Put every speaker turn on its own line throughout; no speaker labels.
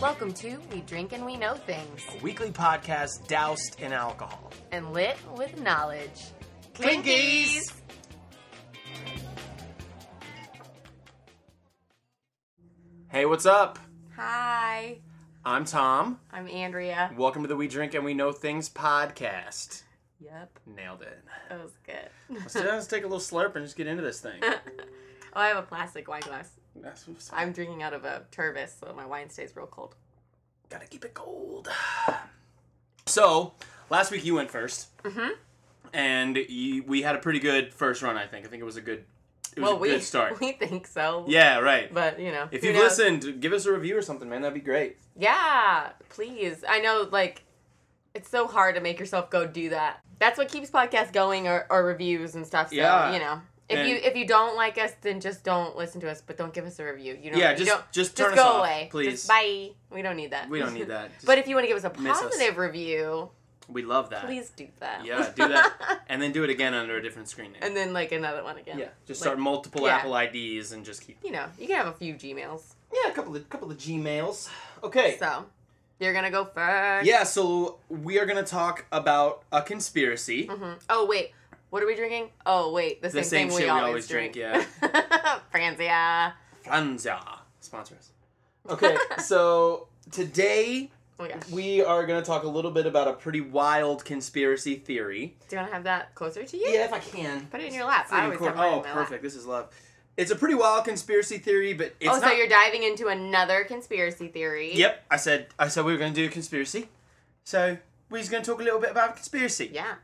Welcome to We Drink and We Know Things,
a weekly podcast doused in alcohol.
and lit with knowledge.
Clinkies! Hey, what's up?
Hi,
I'm Tom.
I'm Andrea.
Welcome to the We Drink and We Know Things podcast.
Yep,
Nailed it.
that was good.
Let's, just- let's take a little slurp and just get into this thing.
Oh, I have a plastic wine glass.
That's what's
I'm drinking out of a turvis, so my wine stays real cold.
Gotta keep it cold. So, last week you went 1st Mm-hmm. And you, we had a pretty good first run, I think. I think it was a good, it was
well,
a
we
good start.
we think so.
yeah, right.
but you know,
If
who
you've
knows?
listened, give us a review or something, man. That'd be great.
yeah, please. I know, like, it's so hard to make yourself go do that. That's what keeps podcasts going, or, or reviews and stuff. So
Yeah.
you know. If
And-
you if you don't like us, then just don't listen to us. But don't give us a review. You know,
Yeah,
you
just-
don't-
just turn
just
us
go
off,
away,
please.
Just bye. We don't need that.
We don't need that. Just-
but if you want to give us a
miss us.
positive review,
we love that.
please do that.
Yeah, do that, and then do it again under a different screen name.
and then like another one again.
yeah, just
Like,
start multiple
yeah.
Apple IDs and just keep.
You know, you can have a few Gmails.
Yeah, a couple of couple of Gmails. Okay.
So you're gonna go first.
yeah, so we are gonna talk about a conspiracy.
Mhm. Oh wait, what are we drinking? Oh wait, the same,
same
thing we
shit we
always,
always drink,
Yeah. Franzia.
Franza sponsor us. Okay, so today
Oh my gosh.
we are gonna talk a little bit about a pretty wild conspiracy theory.
Do you want to have that closer to you?
Yeah, if I can.
Put it in your lap. I always
Freaking cor-
have mine
oh,
in my lap.
perfect. This is love. It's a pretty wild conspiracy theory, but it's
oh,
not.
so you're diving into another conspiracy theory.
Yep, I said I said we were going to do a conspiracy. So we're just going to talk a little bit about conspiracy.
Yeah.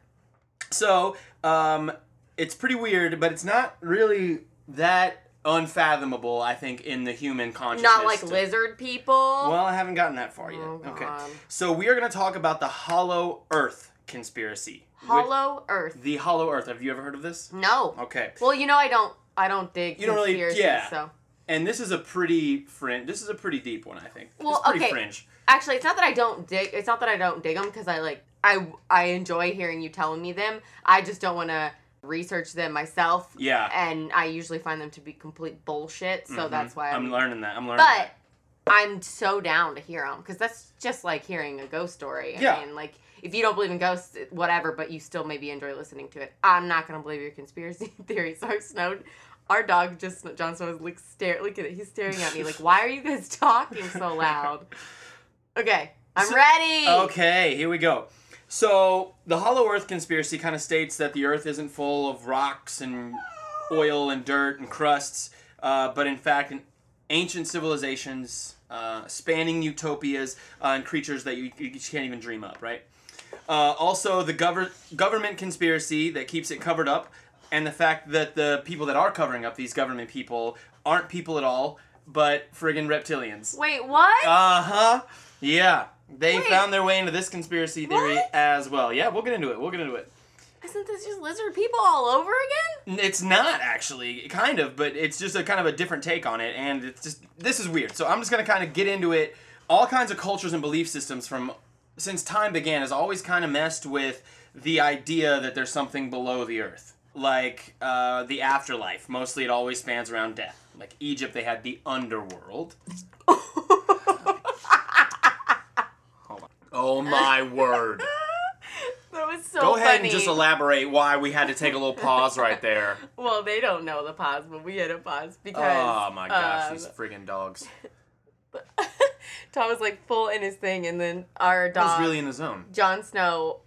So um, it's pretty weird, but it's not really that unfathomable. I think in the human consciousness.
Not like
to-
lizard people.
Well, I haven't gotten that far yet.
Oh,
okay.
God.
So we are going to talk about the Hollow Earth conspiracy. Which-
Hollow Mm. Earth.
The Hollow Earth. Have you ever heard of this?
No.
Okay.
Well, you know I don't. I don't dig
You don't really-
conspiracies.
yeah.
So
And this is a pretty fringe. This is a pretty deep one, I think.
Well,
it's pretty
okay.
fringe.
actually, it's not that I don't dig. It's not that I don't dig them because I like. I I enjoy hearing you telling me them. I just don't want to research them myself.
Yeah. Mm-hmm.
and I usually find them to be complete bullshit. So that's why I'm.
I'm learning that. I'm learning.
but
that.
I'm so down to hear them because that's just like hearing a ghost story. I
Yeah.
mean, like if you don't believe in ghosts, it- whatever, but you still maybe enjoy listening to it. I'm not gonna believe your conspiracy theories. So Snowden, our dog just John Snow is like stare. Look at it. He's staring at me. Like, why are you guys talking so loud? Okay, I'm
So-
ready.
Okay, here we go. So the Hollow Earth conspiracy kind of states that the Earth isn't full of rocks and oil and dirt and crusts, uh, but in fact, an ancient civilizations uh, spanning utopias uh, and creatures that you, you can't even dream up, right? Uh, also, the gover- government conspiracy that keeps it covered up, and the fact that the people that are covering up these government people aren't people at all, but friggin' reptilians.
Wait, what?
Uh huh. Yeah. They
Wait.
found their way into this conspiracy theory
What?
as well. Yeah, we'll get into it. We'll get into it.
Isn't this just lizard people all over again?
N- It's not actually, kind of, but it's just a kind of a different take on it, and it's just this is weird. So I'm just gonna kind of get into it. All kinds of cultures and belief systems from since time began has always kind of messed with the idea that there's something below the earth, like uh, the afterlife. Mostly, it always spans around death. Like Egypt, they had the underworld. Hold on. Oh my word.
That was so
Go ahead
funny.
and just elaborate why we had to take a little pause right there.
Well, they don't know the pause, but we had a pause because.
Oh my gosh,
um,
these friggin' dogs.
Tom was like full in his thing, and then our
I was
dog,
really in the zone.
Jon Snow,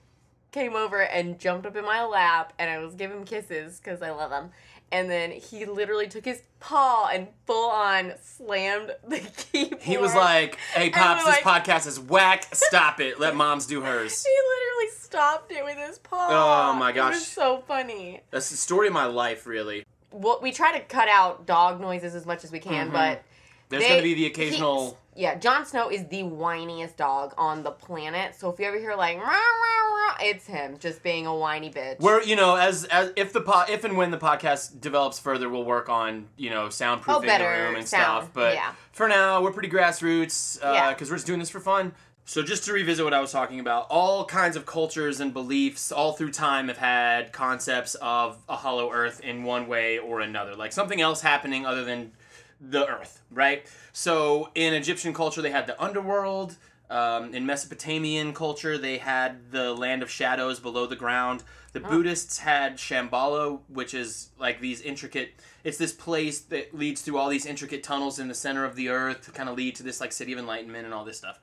came over and jumped up in my lap, and I was giving him kisses because I love him. And then he literally took his paw and full on slammed the keyboard.
He was like, "Hey,
we're
pops, this
like-
podcast is whack. Stop it. Let moms do hers."
He literally stopped it with his paw.
Oh my
It
gosh.
was so funny.
That's the story of my life, really.
What we try to cut out dog noises as much as we can,
Mm-hmm.
but
There's
They-
gonna be the
he-
occasional.
yeah, Jon Snow is the whiniest dog on the planet. So if you ever hear like, "Meow, meow, meow," it's him just being a whiny bitch.
Where you know, as as if the po- if and when the podcast develops further, we'll work on you know soundproofing
Oh, better
the room and
sound,
stuff. But
yeah.
for now, we're pretty grassroots because
Yeah.
we're just doing this for fun. So just to revisit what I was talking about, all kinds of cultures and beliefs all through time have had concepts of a hollow earth in one way or another, like something else happening other than the earth, right? So in Egyptian culture, they had the underworld. Um, in Mesopotamian culture, they had the land of shadows below the ground. The Buddhists had Shambhala, which is like these intricate. It's this place that leads through all these intricate tunnels in the center of the earth to kind of lead to this like city of enlightenment and all this stuff.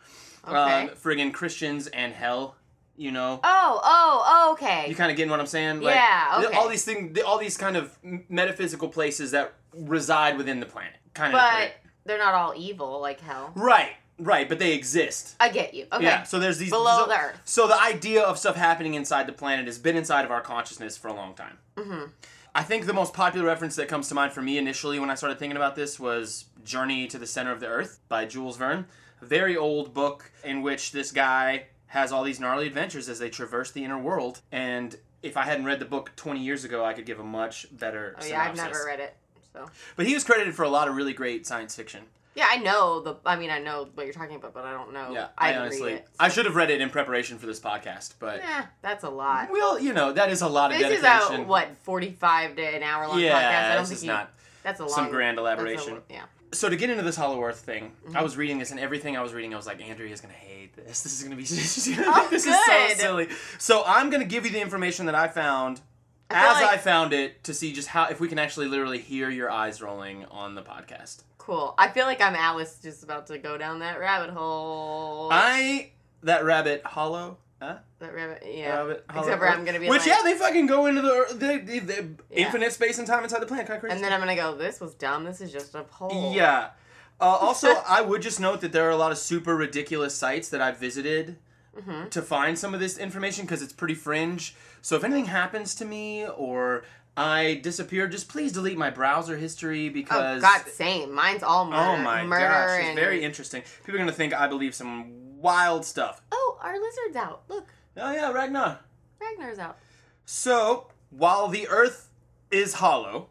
Um,
Okay.
friggin' Christians and hell, you know.
Oh, oh, oh, okay.
You kind of getting what I'm saying? Like,
Yeah,
th-
okay.
All these things, all these kind of m- metaphysical places that reside within the planet, kind of.
but they're not all evil like hell.
right, right, but they exist.
I get you. Okay.
Yeah. So there's these
Below
so,
the Earth.
So the idea of stuff happening inside the planet has been inside of our consciousness for a long time. Mm-hmm. I think the most popular reference that comes to mind for me initially when I started thinking about this was "Journey to the Center of the Earth" by Jules Verne, a very old book in which this guy has all these gnarly adventures as they traverse the inner world. And if I hadn't read the book 20 years ago, I could give a much better.
oh, yeah, I've
synopsis.
never read it. So.
But he was credited for a lot of really great science fiction.
Yeah, I know the. I mean, I know what you're talking about, but I don't know.
Yeah,
Oh, I,
I,
didn't
honestly,
read it.
I should have read it in preparation for this podcast, but.
Nah, that's a lot.
Well, you know that is a lot of
This is
dedication.
a what 45 to an hour long
Yeah,
podcast. I don't
this
think
is
you,
not
that's a long,
some grand
that's a-
elaboration.
yeah.
So to get into this Hollow Earth thing,
Mm-hmm.
I was reading this, and everything I was reading, I was like, Andrea is gonna hate this. This is gonna be she's gonna
Oh,
think this is so
good.
silly. So I'm gonna give you the information that I found
I feel
as
like-
I found it to see just how if we can actually literally hear your eyes rolling on the podcast.
Cool. I feel like I'm Alice, just about to go down that rabbit hole.
I that rabbit hollow. Huh?
that rabbit. Yeah.
Rabbit, hollow
Except for
Earth?
I'm gonna be
Which
like,
yeah, they fucking go into the, the, the, the
Yeah.
infinite space and time inside the planet. Kind of crazy. Oh.
and then I'm gonna go. This was dumb. This is just a poll.
Yeah. Uh, also, I would just note that there are a lot of super ridiculous sites that I've visited
Mm-hmm. Oh,
to find some of this information because it's pretty fringe. So if anything happens to me or I disappear, just please delete my browser history because.
Oh God, same. Mine's all murder.
Oh my
murder
gosh, it's
and
very interesting. People are going to think I believe some wild stuff.
oh, our lizard's out. Look,
Oh, yeah, Ragnar.
Ragnar's out.
So, while the earth is hollow,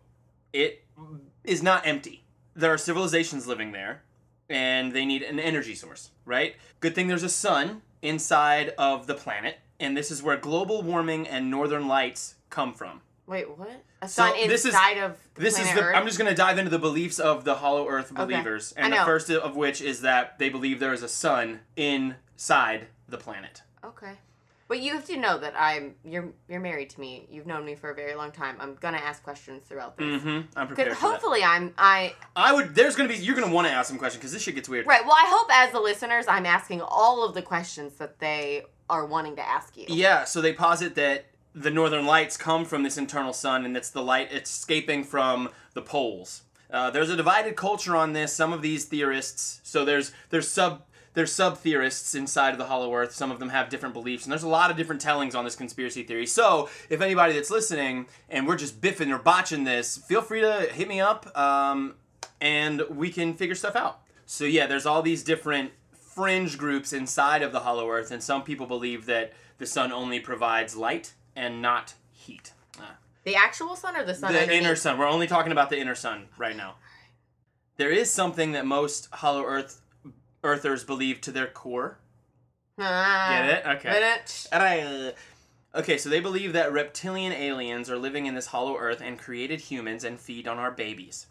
it is not empty. There are civilizations living there, and they need an energy source, right? Good thing there's a sun inside of the planet, and this is where global warming and northern lights come from.
Wait, what? A
So
sun
this is-
inside of the
This is
planet
the.
Earth?
I'm just gonna dive into the beliefs of the Hollow Earth believers,
I
and the
know.
first of which is that they believe there is a sun inside the planet.
Okay. But you have to know that I'm you're you're married to me. You've known me for a very long time. I'm gonna ask questions throughout this.
Mm-hmm. I'm prepared.
Because
For that.
hopefully I'm I
I would. There's gonna be. You're gonna want to ask some questions because this shit gets weird.
right. Well, I hope as the listeners, I'm asking all of the questions that they are wanting to ask you.
Yeah, so they posit that the northern lights come from this internal sun, and it's the light escaping from the poles. Uh, there's a divided culture on this. Some of these theorists, so there's there's sub there's sub theorists inside of the Hollow Earth. Some of them have different beliefs, and there's a lot of different tellings on this conspiracy theory. So if anybody that's listening and we're just biffing or botching this, feel free to hit me up, um, and we can figure stuff out. So yeah, there's all these different fringe groups inside of the Hollow Earth, and some people believe that the sun only provides light and not heat. Ah.
The actual sun or the sun
The
underneath?
inner sun. We're only talking about the inner sun right now. There is something that most Hollow Earth Earthers believe to their core.
Ah.
Get it? Okay.
Minute.
And I, uh, okay, so they believe that reptilian aliens are living in this hollow earth and created humans and feed on our babies.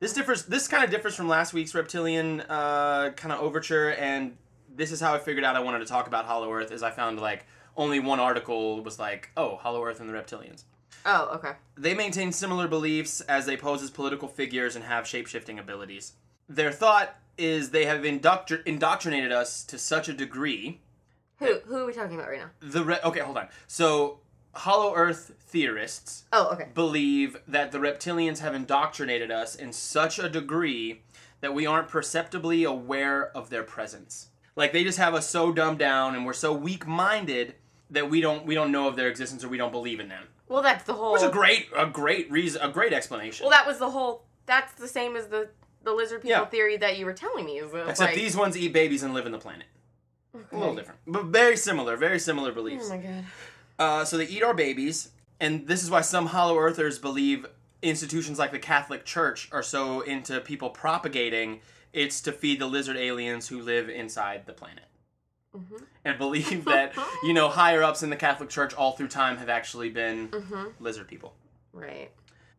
This differs. This kind of differs from last week's reptilian uh, kind of overture, and this is how I figured out I wanted to talk about Hollow Earth. Is I found like only one article was like, "Oh, Hollow Earth and the reptilians."
Oh, okay.
They maintain similar beliefs as they pose as political figures and have shape shifting abilities. Their thought is they have indoctr- indoctrinated us to such a degree
Who who are we talking about right now?
the re- okay, hold on. So Hollow Earth theorists
Oh, okay.
believe that the reptilians have indoctrinated us in such a degree that we aren't perceptibly aware of their presence. Like they just have us so dumbed down and we're so weak-minded that we don't we don't know of their existence or we don't believe in them.
Well, that's the whole.
It's a great a great reason a great explanation.
well, that was the whole. That's the same as the the lizard people
Yeah.
theory that you were telling me. Is that,
Except
like,
these ones eat babies and live in the planet. A little different, but very similar. Very similar beliefs.
Oh my god.
Uh, so they eat our babies, and this is why some Hollow Earthers believe institutions like the Catholic Church are so into people propagating it's to feed the lizard aliens who live inside the planet.
Mm-hmm.
And believe that, you know, higher ups in the Catholic Church all through time have actually
Mm-hmm.
been lizard people.
Right.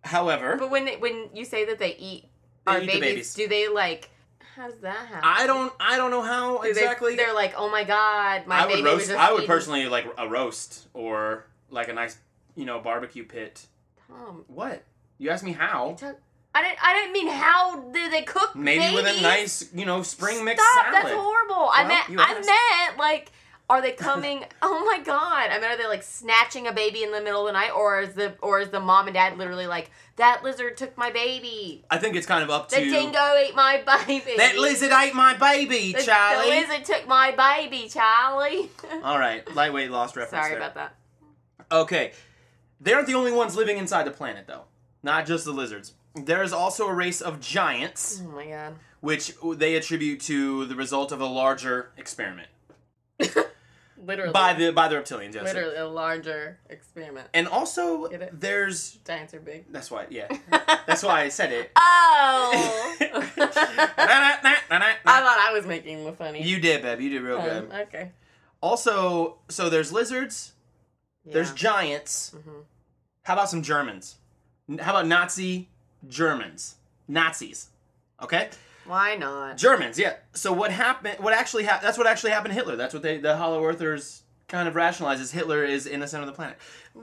However,
But when they, when you say that they eat
They
Are
eat
babies,
the babies.
Do they like? How does that happen?
I don't. I don't know how
Do they-
exactly.
They're like, oh my god, my
I
baby
would
was
roast.
just
I would
eaten-"
personally like a roast or like a nice, you know, barbecue pit.
Tom,
What? You asked me how?
Chuck- I didn't. I didn't mean how do they cook
Maybe with a
babies?
nice, you know, spring mixed
Stop,
salad.
That's horrible. I
Well, you
meant. I
asked.
meant like. Are they coming? oh my god! I mean, are they like snatching a baby in the middle of the night, or is the or is the mom and dad literally like that lizard took my baby?
I think it's kind of up to
The dingo ate my baby.
That lizard ate my baby,
The- the
Charlie.
lizard took my baby, Charlie.
All right, lightweight lost reference.
Sorry
there.
about that.
Okay. They aren't the only ones living inside the planet, though. Not just the lizards. There is also a race of giants,
Oh my god.
which they attribute to the result of a larger experiment
Literally.
by the by the reptilians. Yes.
literally a larger experiment.
And also,
Get it?
there's
Giants are big.
that's why yeah, that's why I said it.
Oh. I
Na-na-na-na-na.
thought I was making the funny.
you did, babe. You did real
Um,
good.
okay.
Also, so there's lizards. There's giants.
Mhm.
How about some Germans? N- How about Nazi Germans? Nazis. Okay?
Why not?
Germans, yeah. So what happened what actually happened that's what actually happened to Hitler. That's what they the Hollow Earthers kind of rationalizes Hitler is innocent of the planet.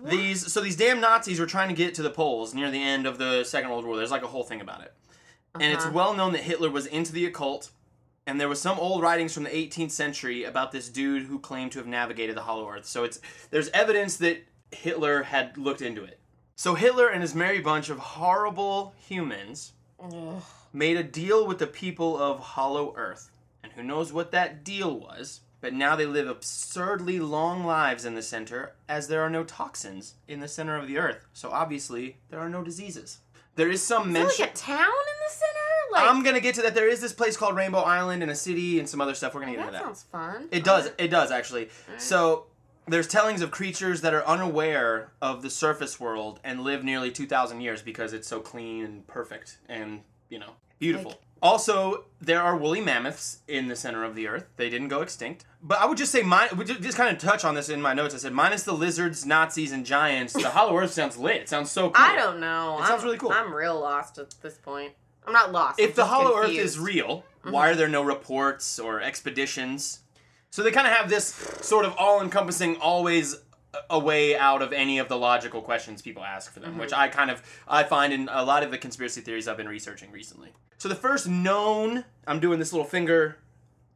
These so these damn Nazis were trying to get to the poles near the end of the Second World War. There's like a whole thing about it. And it's
Uh-huh.
well known that Hitler was into the occult and there was some old writings from the 18th century about this dude who claimed to have navigated the hollow earth so it's there's evidence that hitler had looked into it so hitler and his merry bunch of horrible humans
Ugh.
made a deal with the people of hollow earth and who knows what that deal was but now they live absurdly long lives in the center as there are no toxins in the center of the earth so obviously there are no diseases there is some
Is
mention
there like a town in the center? Like
I'm gonna get to that. There is this place called Rainbow Island and a city and some other stuff. We're gonna get
that
into that.
sounds fun.
It does. It does actually. So there's tellings of creatures that are unaware of the surface world and live nearly 2,000 years because it's so clean and perfect and you know beautiful.
Like-
also, there are woolly mammoths in the center of the earth. They didn't go extinct. But I would just say, my, we ju- just kind of touch on this in my notes. I said, minus the lizards, Nazis, and giants, the Hollow Earth sounds lit. It sounds so cool.
I don't know.
It
I'm,
sounds really cool.
I'm real lost at this point. I'm not lost. I'm
if the
just
hollow earth
confused. Mm-hmm.
is real why are there no reports or expeditions so they kind of have this sort of all-encompassing always a- a way out of any of the logical questions people ask for them
Mm-hmm.
which i kind of i find in a lot of the conspiracy theories i've been researching recently so the first known i'm doing this little finger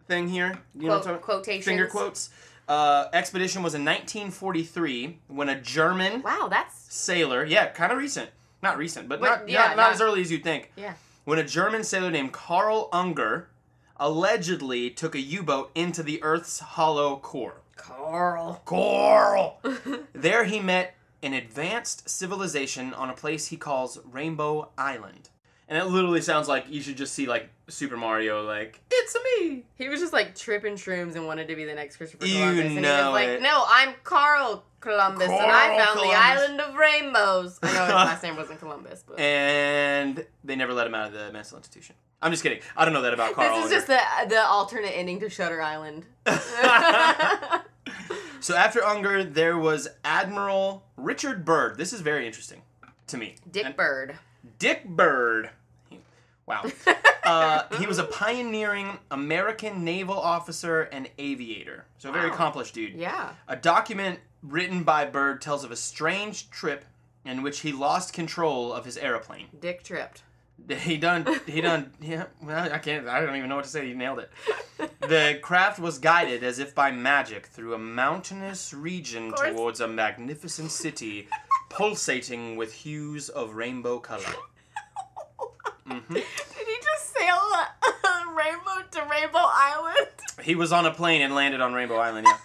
thing here you know what I'm
Quote-
talking-
quotations.
finger quotes uh, expedition was in 1943 when a german
Wow, that's
sailor yeah kind of recent not recent but
Wait,
not,
yeah,
not, not
not-
as early as you'd think
yeah.
when a German sailor named Karl Unger allegedly took a U boat into the Earth's hollow core.
Carl.
Coral! there he met an advanced civilization on a place he calls Rainbow Island. And it literally sounds like you should just see like Super Mario, like, it's me!
He was just like tripping shrooms and wanted to be the next Christopher
You
Columbus. and he
know
was like,
it.
no, I'm Carl Columbus and I
Carl
found the
Columbus.
island of rainbows. I know his last name wasn't Columbus, but
And they never let him out of the mental institution. I'm just kidding. I don't know that about Carl
this is
Unger.
just the the alternate ending to Shutter Island.
So after Unger, there was Admiral Richard Byrd. This is very interesting to me.
Dick
And-
Bird.
Dick Bird. Wow. Uh, he was a pioneering American naval officer and aviator. So, a very
Wow.
accomplished dude.
Yeah.
A document written by Bird tells of a strange trip in which he lost control of his airplane.
Dick tripped.
He done, he done, yeah, well, I can't, I don't even know what to say. He nailed it. The craft was guided as if by magic through a mountainous region
course.
towards a magnificent city pulsating with hues of rainbow color. Mm-hmm.
Did he just sail a rainbow to Rainbow Island?
He was on a plane and landed on Rainbow Island. Yeah.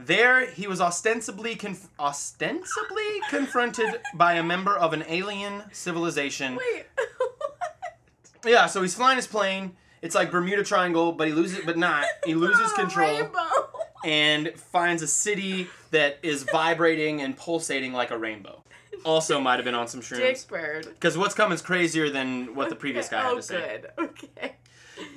there, he was ostensibly conf- ostensibly confronted by a member of an alien civilization.
Wait.
Yeah, so he's flying his plane. It's like Bermuda Triangle, but he loses, but not. He loses
A
control
Rainbow.
and finds a city that is vibrating and pulsating like a rainbow. Also, might have been on some
Dick
shrooms.
Bird.
Because what's coming is crazier than what the previous guy had
oh,
to say.
good. Okay.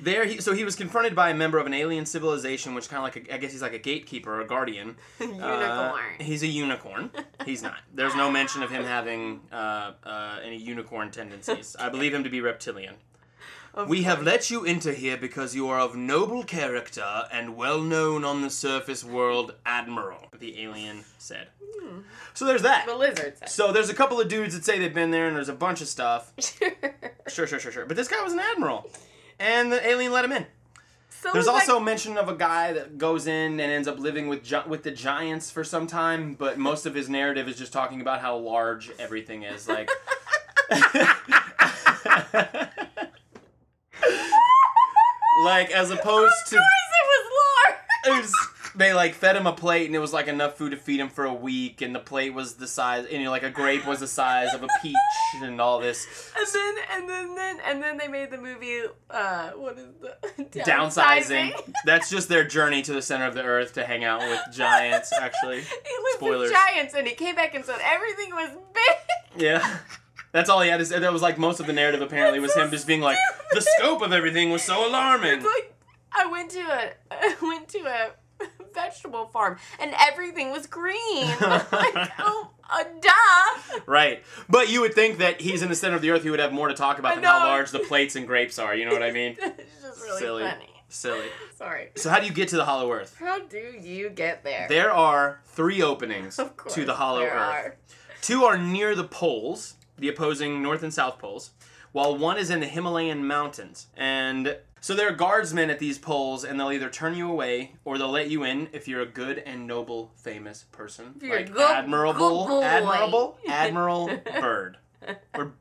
there, he, so he was confronted by a member of an alien civilization, which kind of like a, I guess he's like a gatekeeper or a guardian.
Unicorn.
Uh, he's a unicorn. He's not. There's no mention of him having uh, uh, any unicorn tendencies. I believe him to be reptilian.
Of
We have
course.
let you enter here because you are of noble character and well known on the surface world, Admiral, the alien said. So there's that.
the lizard said.
So there's a couple of dudes that say they've been there and there's a bunch of stuff. Sure, sure, sure, sure. But this guy was an admiral. And the alien let him in.
so
There's
it's like-
also mention of a guy that goes in and ends up living with gi- with the giants for some time, but most of his narrative is just talking about how large everything is. Like, like as opposed to
Of course it was
it was- they like fed him a plate and it was like enough food to feed him for a week, and the plate was the size, and you know, like a grape was the size of a peach, and all this.
And then and then then and then they made the movie uh what is the
Downsizing. That's just their journey to the center of the earth to hang out with giants,
He
actually.
lived
Spoilers.
with giants and he came back and said everything was big.
Yeah. That's all he had to say. That was like most of the narrative apparently was
That's so
him just being like, the
stupid.
scope of everything was so alarming.
It's like I went to a I went to a vegetable farm and everything was green. like oh uh, duh.
Right. But you would think that he's in the center of the earth, he would have more to talk about
I
than how
know.
large the plates and grapes are. You know what I mean?
it's just really
Silly.
funny.
Silly.
Sorry.
So, how do you get to the Hollow Earth?
How do you get there?
There are three openings
Of course
to the Hollow
there
Earth.
are.
Two are near the poles, the opposing North and South poles, while one is in the Himalayan mountains. And so there are guardsmen at these poles, and they'll either turn you away or they'll let you in if you're a good and noble, famous person.
you're a
like
good-
admirable,
good boy.
admirable, admiral bird. Or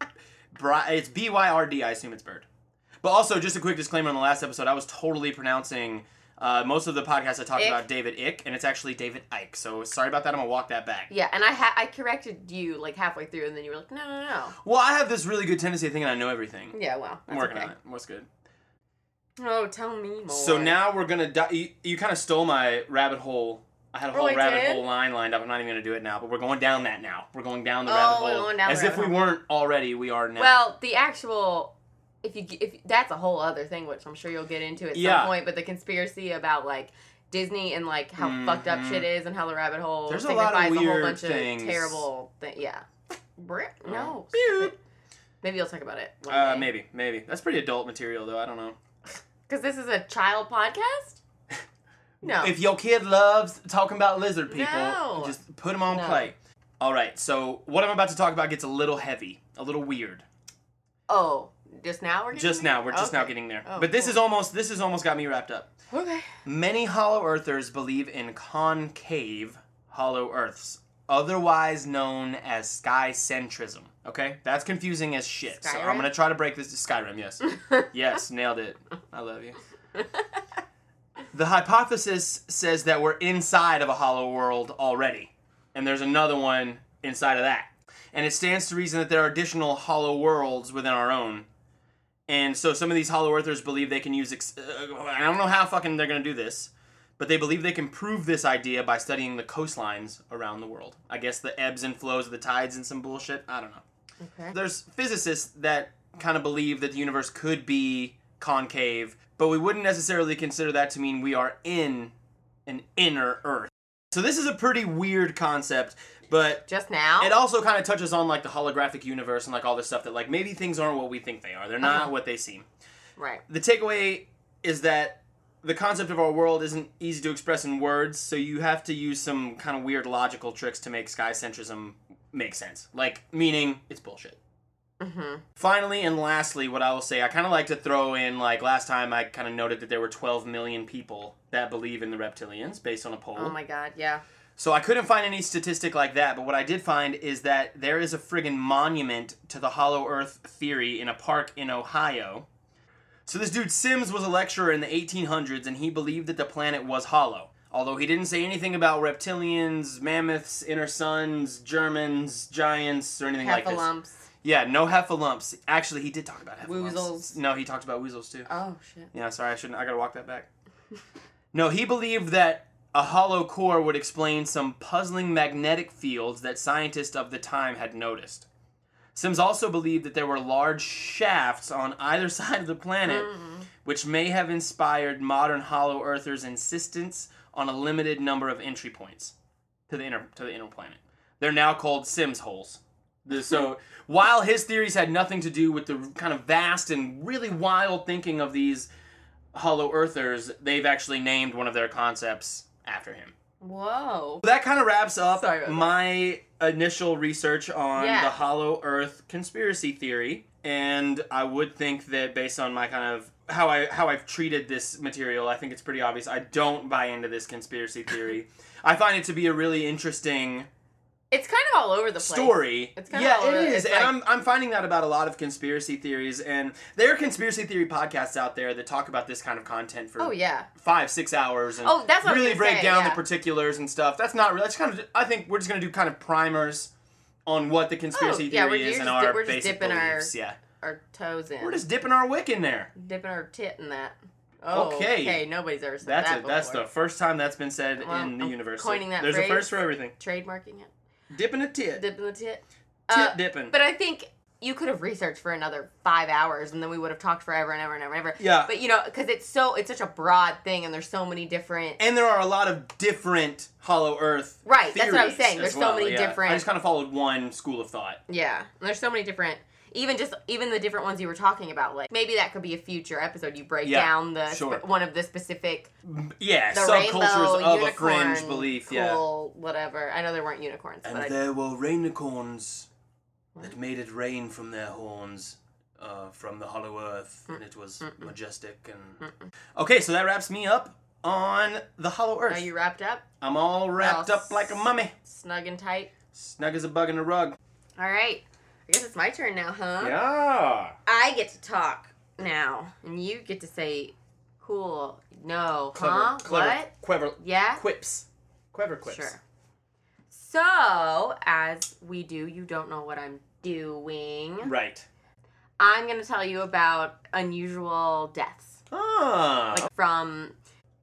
Bri- it's B Y R D. I assume it's bird. But also, just a quick disclaimer on the last episode, I was totally pronouncing. Uh, most of the podcast I talked
Ick.
about David Ick, and it's actually David Ike. So sorry about that. I'm gonna walk that back.
Yeah, and I ha- I corrected you like halfway through, and then you were like, no, no, no.
Well, I have this really good tendency of thinking I know everything.
Yeah, well,
I'm
that's
working
okay.
on it. What's good?
Oh, tell me more.
So now we're gonna. Di- you you kind of stole my rabbit hole. I had a
Oh,
whole
I
rabbit
did?
hole line lined up. I'm not even gonna do it now, but we're going down that now. We're going down the
Oh,
rabbit
we're
hole.
going down the
As if
rabbit
we
hole.
weren't already, we are now.
Well, the actual if you if that's a whole other thing, which I'm sure you'll get into at
Yeah.
some point. But the conspiracy about like Disney and like how fucked up
Mhm.
shit is and how the rabbit hole
There's a lot of
signifies a,
weird
whole bunch
things. Oh,
of terrible thing. Yeah. Brit? No.
Beep.
Maybe you'll talk about it. One
Uh, maybe, maybe. That's pretty adult material, though. I don't know.
Because this is a child podcast. No.
If your kid loves talking about lizard people,
No.
just put them on
No.
play. All right. So what I'm about to talk about gets a little heavy, a little weird.
oh, just now we're getting
Just now, we're just now
Okay.
getting there.
Oh,
but this
cool.
is almost. This has almost got me wrapped up.
okay.
Many Hollow Earthers believe in concave Hollow Earths, otherwise known as skycentrism. Okay, that's confusing as shit. So
Skyrim?
I'm gonna try to break this to Skyrim. Yes, yes, nailed it. I love you. The hypothesis says that we're inside of a hollow world already, and there's another one inside of that. And it stands to reason that there are additional hollow worlds within our own. And so some of these hollow earthers believe they can use. Ex- uh, I don't know how fucking they're gonna do this, but they believe they can prove this idea by studying the coastlines around the world. I guess the ebbs and flows of the tides and some bullshit. I don't know
Okay.
there's physicists that kind of believe that the universe could be concave, but we wouldn't necessarily consider that to mean we are in an inner Earth. So this is a pretty weird concept, but
Just now.
it also kind of touches on like the holographic universe and like all this stuff that like maybe things aren't what we think they are. They're not
Uh-huh.
what they seem.
right.
The takeaway is that the concept of our world isn't easy to express in words, so you have to use some kind of weird logical tricks to make skycentrism make sense. Like meaning it's bullshit.
Mm-hmm.
Finally and lastly, what I will say, I kind of like to throw in like last time I kind of noted that there were 12 million people that believe in the reptilians based on a poll.
Oh my god. Yeah.
so I couldn't find any statistic like that, but what I did find is that there is a friggin' monument to the hollow earth theory in a park in Ohio. So this dude Sims was a lecturer in the 1800s and he believed that the planet was hollow. Although he didn't say anything about reptilians, mammoths, inner suns, Germans, giants, or anything like this.
Heffalumps.
Yeah, no heffalumps. Actually, he did talk about heffalumps.
Woozles.
No, he talked about woozles too.
Oh shit.
Yeah, sorry, I shouldn't. I gotta walk that back. no, he believed that a hollow core would explain some puzzling magnetic fields that scientists of the time had noticed. Sims also believed that there were large shafts on either side of the planet, which may have inspired modern Hollow Earthers' insistence on a limited number of entry points to the inner to the inner planet. They're now called Sims holes. The- So while his theories had nothing to do with the kind of vast and really wild thinking of these Hollow Earthers, they've actually named one of their concepts after him.
Whoa.
Well, that kind of wraps up
Sorry about that.
my initial research on
Yeah.
the Hollow Earth conspiracy theory, and I would think that based on my kind of how I how I've treated this material, I think it's pretty obvious. I don't buy into this conspiracy theory. I find it to be a really interesting
It's kind of all over the place.
story.
It's kinda
yeah,
all over-
it is,
it's
and
like-
I'm I'm finding that about a lot of conspiracy theories, and there are conspiracy theory podcasts out there that talk about this kind of content for
Oh yeah.
five six hours and
Oh, that's what I was
really
gonna
break
say,
down the
yeah.
particulars and stuff that's not really that's kind of i think we're just gonna do kind of primers on what the conspiracy
Oh, yeah,
theory
we're
is
just
and
di-
our
we're just
basic
dipping our-
beliefs yeah
Our toes in.
we're just dipping our wick in there
dipping our tit in that. Oh,
Okay.
okay. Nobody's ever said
that's
that
it that's the
before.
first time that's been said
Well,
in the
I'm
universe
coining that
there's a
phrase.
first for everything
trademarking it.
dipping a tit
Dipping the tit.
tit
Uh,
dipping
But I think you could have researched for another five hours, and then we would have talked forever and ever and ever and ever.
Yeah.
But you know, because it's so it's such a broad thing, and there's so many different.
and there are a lot of different hollow earth
Right, that's what I was
theories
saying.
as
There's so
well,
many
yeah.
different-
i just kind of followed one school of thought
yeah, and there's so many different. Even just even the different ones you were talking about, like maybe that could be a future episode. You break
Yeah,
down the
sure.
sp- one of the specific
yeah
the rainbow
subcultures of a
unicorn,
fringe belief yeah
cool, whatever. I know there weren't unicorns,
And
but I,
there were rainicorns that made it rain from their horns uh, from the hollow earth, and it was majestic and. Okay, so that wraps me up on the hollow earth.
are you wrapped up,
I'm all wrapped
Well,
up like a mummy,
snug and tight?
snug as a bug in a rug.
All right, I guess it's my turn now, huh?
Yeah.
I get to talk now, and you get to say, "Cool, no, huh? What?
Clever
Yeah,
quips. Clever quips.
sure." So, as we do, you don't know what I'm doing.
Right.
I'm gonna tell you about unusual deaths,
Ah.
like from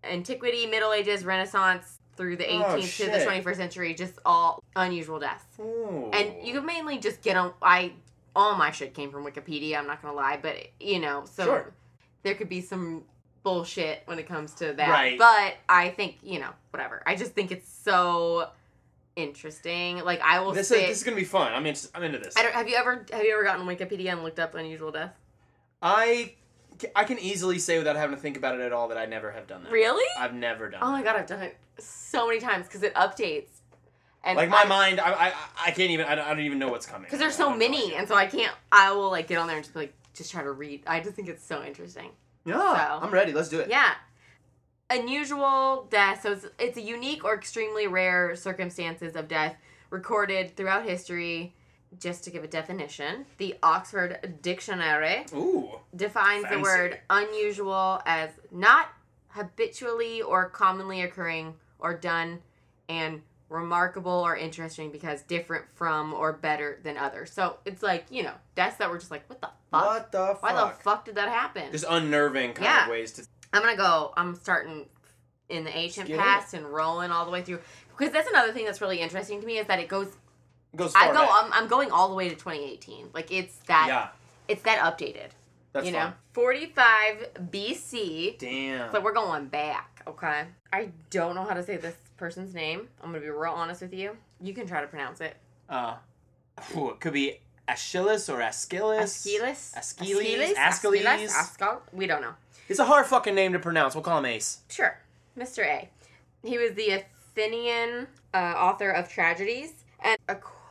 antiquity, Middle Ages, Renaissance, through the 18th
Oh,
to the
shit.
21st century. Just all unusual deaths.
Ooh.
and you can mainly just get on i all my shit came from wikipedia i'm not gonna lie but you know so
Sure.
there could be some bullshit when it comes to that
Right.
but i think you know whatever i just think it's so interesting like i will
This is,
sit
this is gonna be fun. I'm, in, I'm into this.
I don't, have you ever have you ever gotten wikipedia and looked up unusual death
I, I can easily say without having to think about it at all that I never have done that.
really
I've never done.
oh
that.
my god i've done it so many times because it updates and
like my
I-
mind, I, I I can't even. I don't, I don't even know what's coming.
because there's
I
so
have no
many
idea.
and so i can't i will like get on there and just be like just try to read i just think it's so interesting
Yeah,
So-
I'm ready. Let's do it.
Yeah. Unusual death. So it's, it's a unique or extremely rare circumstances of death recorded throughout history. Just to give a definition, the Oxford Dictionary
Ooh.
defines the word unusual as not habitually or commonly occurring or done and remarkable or interesting because different from or better than others. So it's like, you know, deaths that were just like, what the fuck?
What the fuck?
Why the fuck did that happen?
Just unnerving kind
Yeah.
of ways to.
I'm gonna go. I'm starting in the ancient
Get
past and rolling all the way through because that's another thing that's really interesting to me is that it goes.
Goes
I
far
go.
back.
I'm, I'm going all the way to 2018. Like it's that.
Yeah,
It's that updated.
that's
you know,
fun.
45 BC.
Damn.
So we're going back. Okay. I don't know how to say this person's name. I'm gonna be real honest with you. You can try to pronounce it.
uh, ooh, it could be Achilles or Aeschylus.
Aeschylus.
Aeschylus.
Aeschylus.
Aeschylus.
Ascal. We don't know.
It's a hard fucking name to pronounce. We'll call him Ace.
Sure. Mr. A. He was the Athenian uh, author of tragedies. And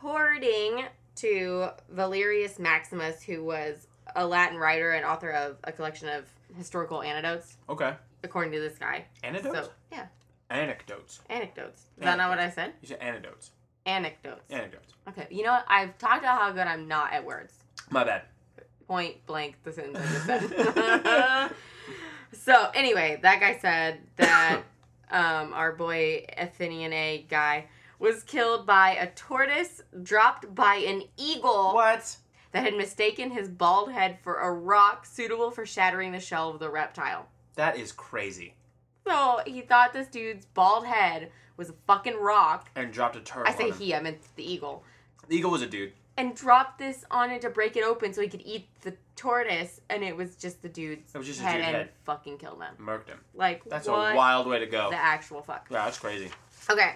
according to Valerius Maximus, who was a Latin writer and author of a collection of historical anecdotes,
Okay.
according to this guy.
Antidotes.
So, yeah,
Anecdotes.
anecdotes. Is that not what I said?
You said antidotes.
Anecdotes.
Anecdotes.
Okay, you know what? I've talked about how good I'm not at words.
My bad.
point blank the sentence I just said. so anyway, that guy said that um, our boy Athenian A guy was killed by a tortoise dropped by an eagle
What?
that had mistaken his bald head for a rock suitable for shattering the shell of the reptile.
That is crazy.
So he thought this dude's bald head was a fucking rock.
And dropped a turtle.
I say
on him.
he, I meant the eagle.
The eagle was a dude.
and dropped this on it to break it open so he could eat the tortoise, and it was just the dude's
It was just a
head
dude's
and
head.
fucking killed them.
Murked him.
Like
That's
what
a wild way to go.
the
Yeah,
actual fuck.
that's crazy.
Okay,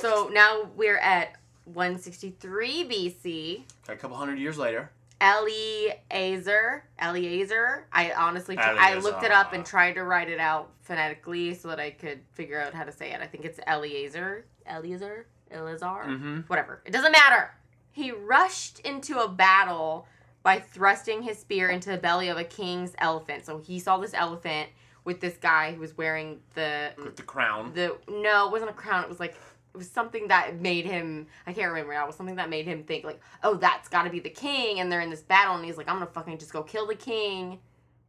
so now we're at 163 BC.
Okay, a couple hundred years later.
Eliezer, Eliezer. I honestly, I looked it up and
Eliezer.
tried to write it out phonetically so that I could figure out how to say it. I think it's Eliezer, Eliezer, Eliezer,
Mhm.
whatever. It doesn't matter. He rushed into a battle by thrusting his spear into the belly of a king's elephant. So he saw this elephant with this guy who was wearing the mm,
With the crown.
the no, it wasn't a crown. It was like it was something that made him. I can't remember now. It was something that made him think like, oh, that's got to be the king. And they're in this battle, and he's like, I'm gonna fucking just go kill the king,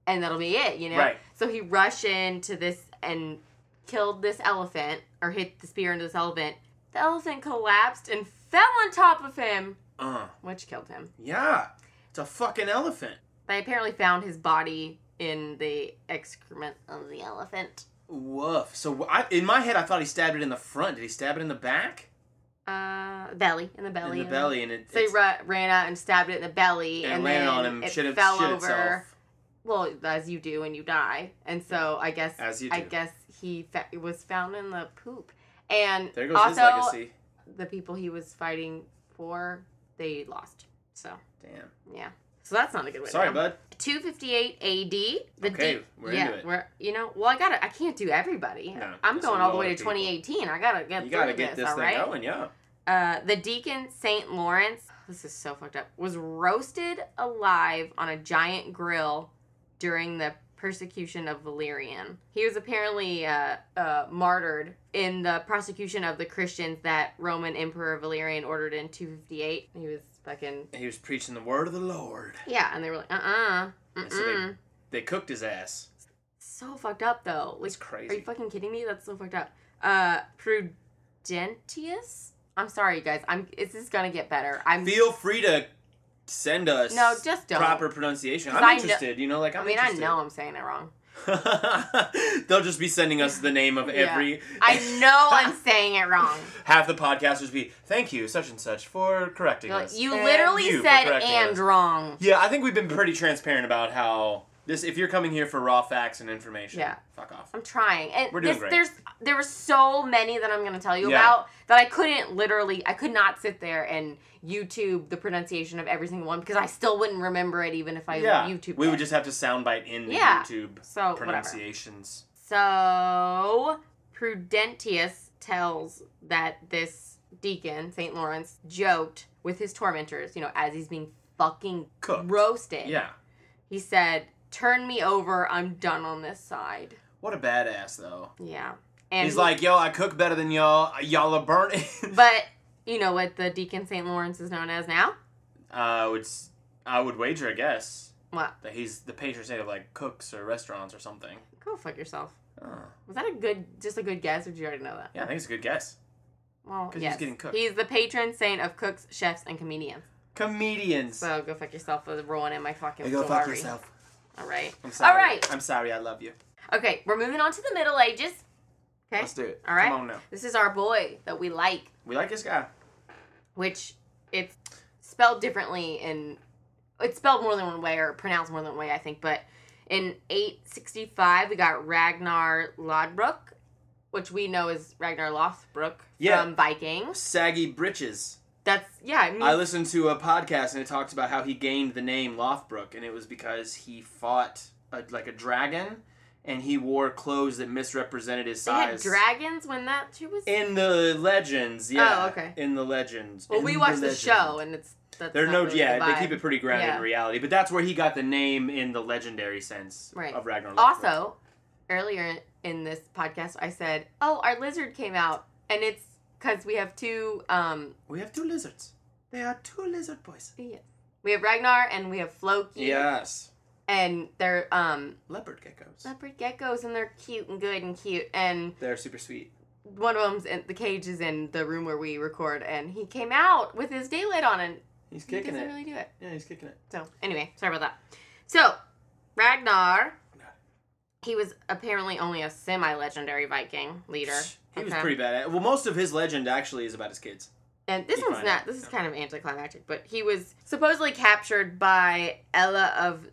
and that'll be it, you know.
Right.
So he rushed into this and killed this elephant or hit the spear into this elephant. The elephant collapsed and fell on top of him,
Uh,
which killed him.
yeah. It's a fucking elephant.
They apparently found his body in the excrement of the elephant.
Woof. So I, in my head, I thought he stabbed it in the front. Did he stab it in the back?
Uh, belly in the belly.
in
of
the
it.
belly, and it
So he
it's-
ra- ran out and stabbed it in the belly,
and
and,
it landed
then
on him.
it
Should have
fell
shit
over.
itself.
Well, as you do when you die, and so I guess
As you
I
do.
guess he fa- it was found in the poop, and
There goes his
also
legacy.
the people he was fighting for they lost. So
Damn.
yeah, so that's not a good way.
Sorry,
to go.
bud.
258 A.D. The
Okay,
deep-
we're
yeah,
into it.
We're you know well I gotta I can't do everybody.
No,
I'm
that's
going
a
all the
lot
way to
of people.
2018. I gotta get
You
through
gotta get this
all
thing
right?
going, yeah.
Uh, the deacon Saint Lawrence, this is so fucked up, was roasted alive on a giant grill during the persecution of Valerian. He was apparently uh, uh, martyred in the prosecution of the Christians that Roman Emperor Valerian ordered in 258. He was fucking
He was preaching the word of the Lord.
yeah, and they were like, uh uh-uh, uh,
so they- They cooked his ass.
so fucked up though. Like,
It's
Are you
crazy.
fucking kidding me? That's so fucked up. Uh, Prudentius. I'm sorry, you guys. I'm. This is gonna get better. I'm.
Feel free to send us
No, just don't.
proper pronunciation.
'Cause
I'm
I kno-
interested, you know, like I'm
I mean,
interested.
I know I'm saying it wrong.
They'll just be sending us the name of every.
I know I'm saying it wrong.
Half the podcasters be thank you such and such for correcting
You're like,
us.
You
and
literally
you for
said
correcting
and
us."
wrong.
Yeah, I think we've been pretty transparent about how this. If you're coming here for raw facts and information,
Yeah.
fuck off.
I'm trying, and
We're doing
this-
great.
there's there were so many that I'm going to tell you
Yeah.
about that I couldn't literally, I could not sit there and YouTube the pronunciation of every single one because I still wouldn't remember it even if I
yeah,
YouTube.
we
it.
would just have to soundbite in the
Yeah.
YouTube
so whatever.
pronunciations.
So, Prudentius tells that this deacon, St. Lawrence, joked with his tormentors, you know, as he's being fucking
Cooked.
roasted.
Yeah,
He said, Turn me over, I'm done on this side.
what a badass though.
Yeah. And
He's
he-
like, yo, I cook better than y'all. Y'all are burning.
But you know what the deacon St. Lawrence is known as now?
I would, s- I would wager, I guess,
What?
that he's the patron saint of like cooks or restaurants or something.
Go fuck yourself.
Oh.
Was that a good, just a good guess, or did you already know that?
Yeah, I think it's a good guess.
Well,
'Cause he's
yes.
getting cooked.
He's the patron saint of cooks, chefs, and comedians.
Comedians.
So go fuck yourself for ruining my fucking
Hey, go
story.
fuck yourself.
All right.
I'm sorry.
All right.
I'm sorry. I love you.
Okay, we're moving on to the Middle Ages. Okay.
Let's do it.
All right.
Come on now.
This is our boy that we like,
We like this guy.
which it's spelled differently in it's spelled more than one way or pronounced more than one way, I think, but in 865 we got Ragnar Lodbrok, which we know as Ragnar Lothbrok
Yeah.
from Vikings.
Saggy britches.
That's yeah, I mean,
I listened to a podcast and it talked about how he gained the name Lothbrok, and it was because he fought a, like a dragon, and he wore clothes that misrepresented his
they had
size.
dragons when that shit was
in the legends, yeah.
Oh, okay.
In the legends.
Well,
In
we watched the,
legends.
show and it's that's
There are
not
no,
really
yeah,
the
they keep
vibe.
it pretty grounded
Yeah.
in reality, but that's where he got the name in the legendary sense
Right.
of Ragnar. Lothbrok.
Also, earlier in this podcast, I said, "Oh, our lizard came out," and it's because we have two. Um,
we have two lizards. They are two lizard boys.
we have Ragnar and we have Floki.
Yes,
And they're um
leopard geckos.
leopard geckos, and they're cute and good and cute. And
They're super sweet.
one of them's in the cage is in the room where we record, and he came out with his daylight on, and
He's
he
kicking
doesn't
it.
really do it.
Yeah, he's kicking it.
So anyway, sorry about that. So Ragnar,
No.
he was apparently only a semi-legendary Viking leader.
He was
Okay.
pretty bad. Well, most of his legend actually is about his kids.
and this
You
one's
find
not
out.
this is
Yeah.
kind of anticlimactic but he was supposedly captured by ella of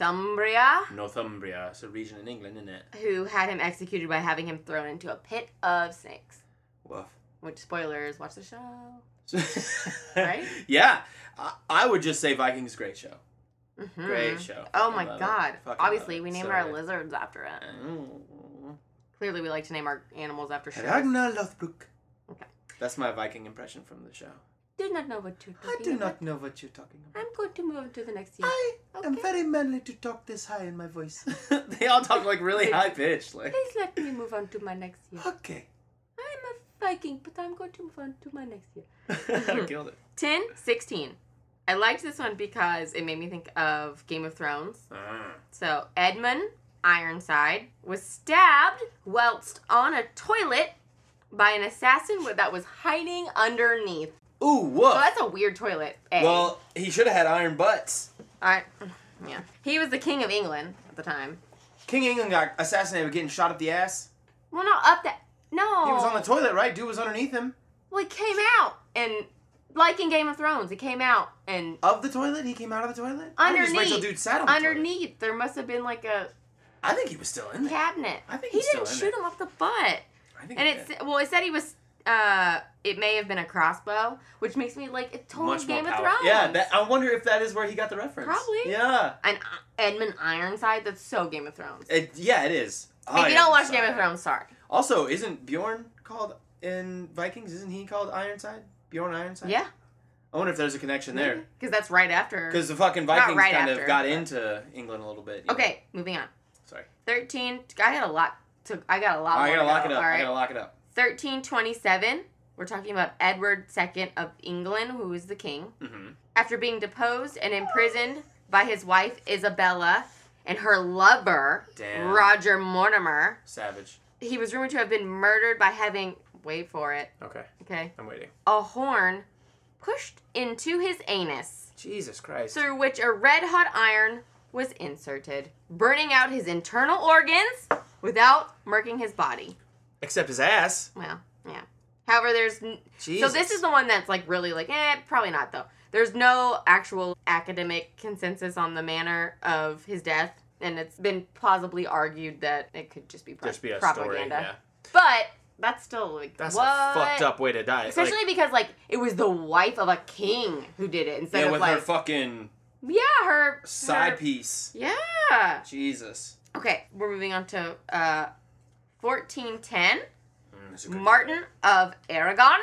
northumbria
Northumbria, it's a region in England, isn't it?
who had him executed by having him thrown into a pit of snakes
Woof.
which spoilers watch the show
right?
Right?
Yeah. I, I would just say Vikings, great show.
Mhm.
Great show.
oh
Fucking
my
love it.
god
Fucking love
obviously
it.
we named
So
our
good.
lizards after it
Mm.
clearly we like to name our animals after shows
Ragnar Lothbrok.
Okay.
That's my Viking impression from the show.
do not know what you're
I
talking
do
about.
not know what you're talking about.
i'm going to move on to the next year
I am
Okay.
very manly to talk this high in my voice. they all talk like really high pitched. Like,
please let me move on to my next year
okay.
i'm a viking but i'm going to move on to my next year
I killed it.
10, 16. I liked this one because it made me think of Game of Thrones.
Ah.
So, Edmund Ironside was stabbed whilst on a toilet by an assassin wi- that was hiding underneath.
Ooh, woof.
So, that's a weird toilet. A.
Well, he should have had iron butts.
I, yeah. He was the king of England at the time.
King England got assassinated getting shot up the ass.
Well, no, up that. No.
He was on the toilet, right? Dude was underneath him.
Well, he came out and, like in Game of Thrones, he came out and
Of the toilet? He came out of the toilet? I just wait till
Underneath.
dude sat on the toilet.
underneath there must have been like a
I think he was still in there.
cabinet.
I think
he
he's still
didn't
in
shoot
there.
him up the butt.
I think
And
he
it's
did.
well, it said he was. uh It may have been a crossbow, which makes me like it's totally Game of
powerful.
Thrones.
Yeah, that, I wonder if that is where he got the reference.
Probably.
Yeah.
and uh, Edmund Ironside. That's so Game of Thrones.
It, Oh, yeah, it is.
if
I
you
am
don't watch
sorry.
Game of Thrones, sorry.
Also, isn't Bjorn called in Vikings? Isn't he called Ironside? Bjorn Ironside?
Yeah,
I wonder if there's a connection there.
because that's right after.
Because the fucking Vikings
right
kind of
after,
got
but-
into England a little bit. you know?
Okay, moving on.
Sorry.
Thirteen. I got a lot. To, I got a lot.
I
more
gotta
to
lock
go,
it up.
All
I
right.
gotta lock it up.
1327, we're talking about Edward II of England, who is the king.
Mhm.
After being deposed and imprisoned by his wife Isabella and her lover,
Damn.
Roger Mortimer,
Savage.
he was rumored to have been murdered by having, wait for it,
Okay,
okay,
I'm waiting.
a horn pushed into his anus,
Jesus Christ.
through which a red hot iron was inserted, burning out his internal organs without murking his body.
Except his ass.
Well, yeah. However, there's n-
Jesus.
so this is the one that's like really like eh, probably not though. There's no actual academic consensus on the manner of his death, and it's been plausibly argued that it could just be, pro-
Just be a
propaganda.
story. Yeah.
But that's still like
That's
what?
a fucked up way to die. It's like-
Especially because like it was the wife of a king who did it instead
yeah,
of
with
like
her fucking
yeah her her-
side piece.
Yeah.
Jesus.
Okay, we're moving on to uh, fourteen ten.
Mm, that's a good
Martin of Aragon.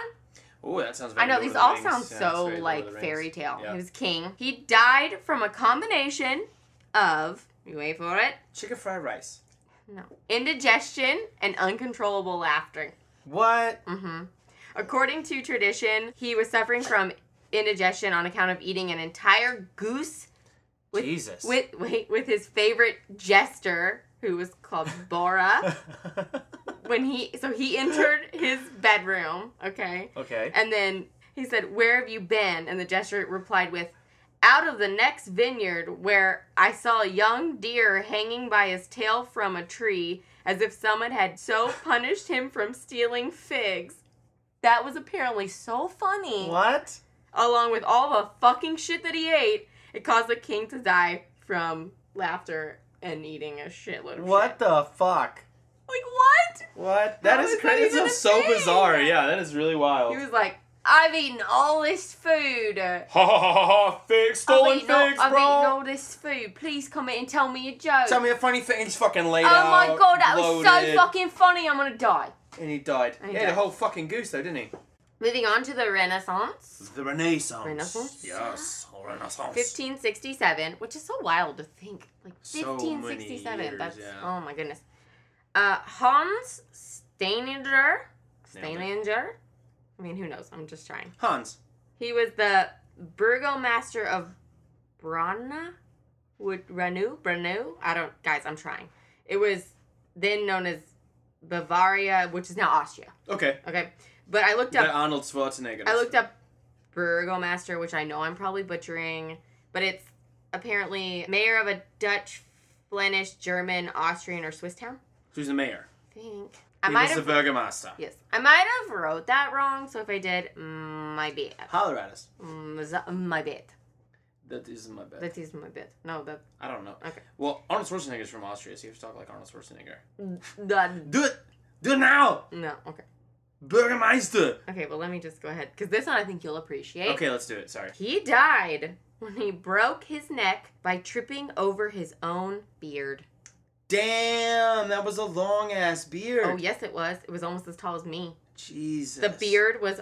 Oh, that sounds. Very
I know
Lord
these
of the
all
Rings.
sound
Yeah,
so
it's very Lord of the
like
Rings.
fairy tale.
Yeah.
He was king. He died from a combination of you wait for it,
Chicken fried rice.
no, indigestion and uncontrollable laughter.
What?
hmm According to tradition, he was suffering from indigestion on account of eating an entire goose With-
Jesus.
with wait with his favorite jester, who was called Bora. when he so he entered his bedroom. Okay.
okay.
And then he said, Where have you been? And the jester replied with, Out of the next vineyard where I saw a young deer hanging by his tail from a tree, as if someone had so punished him from stealing figs. That was apparently so funny.
What?
Along with all the fucking shit that he ate, it caused the king to die from laughter and eating a shitload of
What
shit.
the fuck?
Like, what?
What?
How
That
is
is
that
crazy. That
even
sounds
a
so
thing?
bizarre. Yeah, that is really wild.
He was like, I've eaten all this food.
ha ha ha ha ha!
Oh,
Figs, stolen
I've
figs,
eaten all- I've
bro.
eaten all this food. Please comment and tell me a joke.
Tell me a funny thing. He's fucking laid
oh
out.
my god, that was so
loaded,
fucking funny. I'm gonna die.
And he died.
And he
he had a
died.
whole fucking goose though, didn't he?
Moving on to the Renaissance,
The Renaissance.
Renaissance?
Yes, Renaissance.
1567, which is so wild to think. Like
So many
1567.
years,
that's
yeah.
oh my goodness. Uh, Hans Steininger.
Nailed it.
Steininger. I mean, who knows? I'm just trying.
Hans.
He was the burgomaster of Brana, would Renu, Brenu. I don't, guys. I'm trying. It was then known as Bavaria, which is now Austria.
Okay.
Okay, but I looked
The
up.
Arnold Schwarzenegger.
I looked up burgomaster, which I know I'm probably butchering, but it's apparently mayor of a Dutch, Flemish, German, Austrian, or Swiss town.
Who's the mayor?
I think I
he
might
was the
have
Burgermaster.
yes, I might have wrote that wrong. So if I did, mm, my bad.
Holler at us.
Mm, is that- My bad.
That is my bad.
That is my bad. No, that
I don't know.
Okay.
Well, Arnold Schwarzenegger's from Austria, so you have to talk like Arnold Schwarzenegger.
that
Do it! Do it now!
no. Okay,
Burgermeister!
okay. Well, let me just go ahead because this one I think you'll appreciate.
Okay, let's do it. Sorry.
He died when he broke his neck by tripping over his own beard.
Damn, that was a long ass beard.
Oh yes, it was. It was almost as tall as me.
Jesus.
The beard was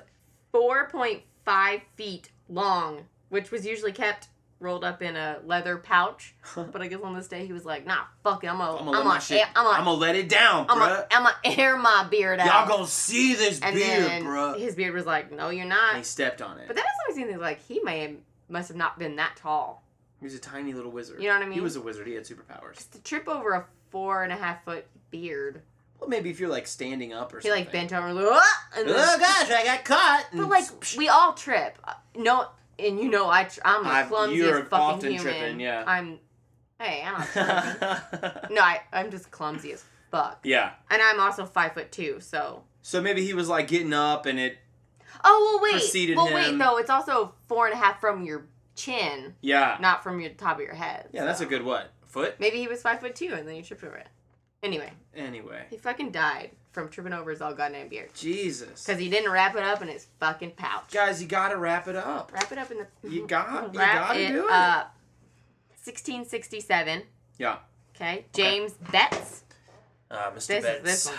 4.5 feet long, which was usually kept rolled up in a leather pouch. but I guess on this day he was like, nah, fuck it, I'm gonna,
I'm
I'm
gonna let
gonna,
my shit.
I'm
I'm
gonna,
gonna let it down,
I'm
bruh.
gonna, I'm gonna air my beard
Y'all
out.
gonna see this
and
beard,
then
bruh.
his beard was like, no, you're
And he
not.
stepped on it.
But that doesn't always seem like he may have, must have not been that tall.
he was a tiny little wizard.
You know what I
He
mean?
was a wizard. He had superpowers.
Just to trip over a four and a half foot beard.
Well, maybe if you're like standing up or
He
something.
like bent over, like, "Ah!" and then-
Oh gosh, I got caught.
But like we all trip. Uh, No, and you know I tr- I'm a
I've-
clumsy
you're
as fucking
often
human.
tripping, yeah.
I'm. Hey, I'm. Not tripping.
like.
no, I, I'm just clumsy as fuck,
yeah.
and I'm also five foot two. So.
So maybe he was like getting up and it.
Oh well, wait.
Preceded
well,
him.
wait though. It's also four and a half from your chin,
Yeah.
not from your top of your head.
yeah, that's
so.
a good what? Foot?
Maybe he was five foot two, and then you tripped over it. Anyway,
Anyway.
he fucking died from tripping over his all goddamn beard
Jesus.
because he didn't wrap it up in his fucking pouch.
Guys, you gotta wrap it up.
Wrap it up in the.
You got. You
wrap
gotta
it,
do it.
up. 1667.
Yeah.
Okay, James Betts.
Uh, Mr.
This
Betts.
this one.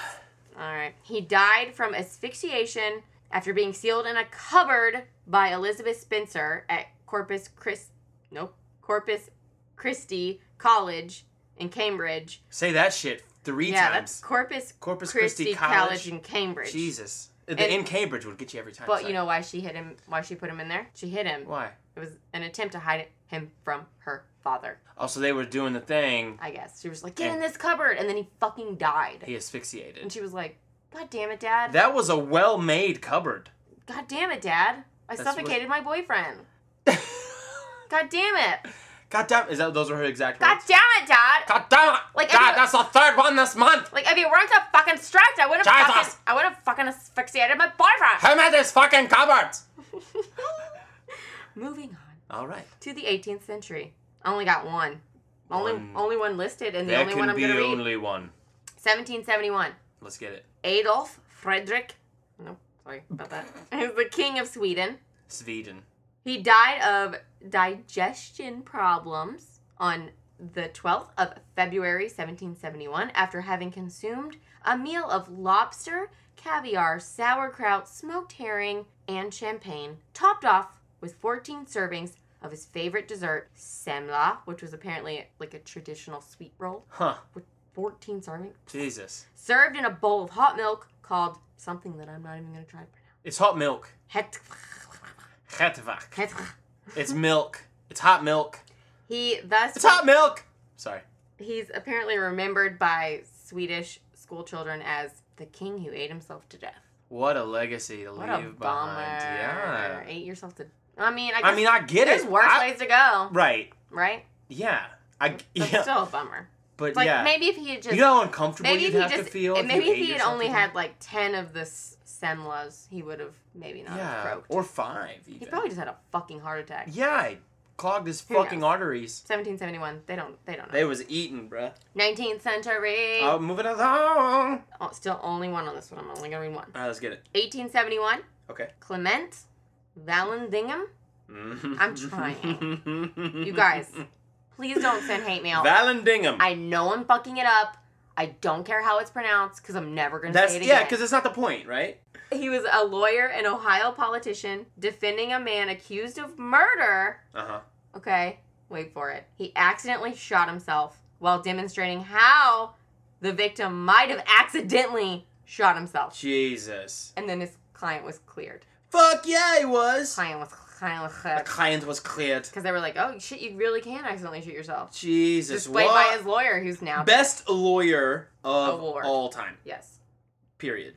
All right. He died from asphyxiation after being sealed in a cupboard by Elizabeth Spencer at Corpus Christi. Nope. Corpus Christi College in Cambridge.
Say that shit three
yeah, that's
times.
Corpus
Corpus
Christi,
Christi
College.
College.
in Cambridge.
Jesus. The
And-
in Cambridge would get you every time.
But
so-
you know why she hit him? Why she put him in there? She hit him.
why?
It was an attempt to hide him from her father.
Also, they were doing the thing.
I guess she was like, "Get in this cupboard," and then he fucking died.
He
And
asphyxiated.
she was like, God damn it, Dad.
That was a well-made cupboard.
God damn it, Dad. I
That's what-
suffocated my boyfriend. God damn it.
God damn! Is that those were her exact
God
words?
damn it, Dad.
God damn! it!
Like,
God,
every-
that's the third one this month.
Like, if you weren't so fucking strict, I would have
Jesus.
fucking, I would have fucking asphyxiated my boyfriend.
Who made this fucking cupboard?
Moving on
All right.
to the 18th century. I only got one. Only
One.
only one listed, and the
there
only
can
one I'm
be
gonna read.
only one.
1771.
Let's get it.
Adolf Frederick. No, sorry about that. Is the king of Sweden.
Sweden.
He died of digestion problems on the 12th of February 1771 after having consumed a meal of lobster, caviar, sauerkraut, smoked herring, and champagne, topped off with 14 servings of his favorite dessert, semla, which was apparently like a traditional sweet roll.
Huh.
14 servings
Jesus.
served in a bowl of hot milk called something that I'm not even going to try to pronounce.
It's hot milk.
Het-
Getvak.
het-
It's milk. It's hot milk.
He thus
It's hot milk. Sorry.
He's apparently remembered by Swedish schoolchildren as the king who ate himself to death.
What a legacy to
What
leave
a bummer!
behind. Yeah.
Ate yourself to. I mean, I, guess
I mean, I get
there's
it.
worse
I-
ways to go,
Right.
right?
Yeah. I
That's
yeah.
still a bummer.
but
It's like
yeah.
maybe if he had just
you know how uncomfortable
maybe
you'd
if he
have
just
to feel. if you
maybe if
ate
he had
yourself
only
to
had like ten of the s- semlas, he would have maybe not
death?
have
yeah
croaked.
or five even.
he probably just had a fucking heart attack.
yeah, it clogged his
Who knows?
fucking arteries.
1771. They don't. They don't know.
They was eating, bruh.
19th century.
Oh, moving along.
Oh, still only one on this one. I'm only gonna read one.
All right, let's get it.
1871.
Okay.
Clement Vallandigham.
I'm trying.
You guys, please don't send hate mail.
Vallandigham.
I know I'm fucking it up. I don't care how it's pronounced because I'm never gonna
That's
say it
yeah, because
again.
it's not the point, right?
he was a lawyer and Ohio politician defending a man accused of murder.
Uh huh.
Okay, wait for it. He accidentally shot himself while demonstrating how the victim might have accidentally shot himself,
Jesus.
and then his client was cleared.
Fuck yeah, he was.
Client was client
The
was
client was cleared.
because they were like, "Oh shit, you really can accidentally shoot yourself."
Jesus,
Displayed by
what?
his lawyer, who's now
Best lawyer of
Award.
all time.
yes.
Period.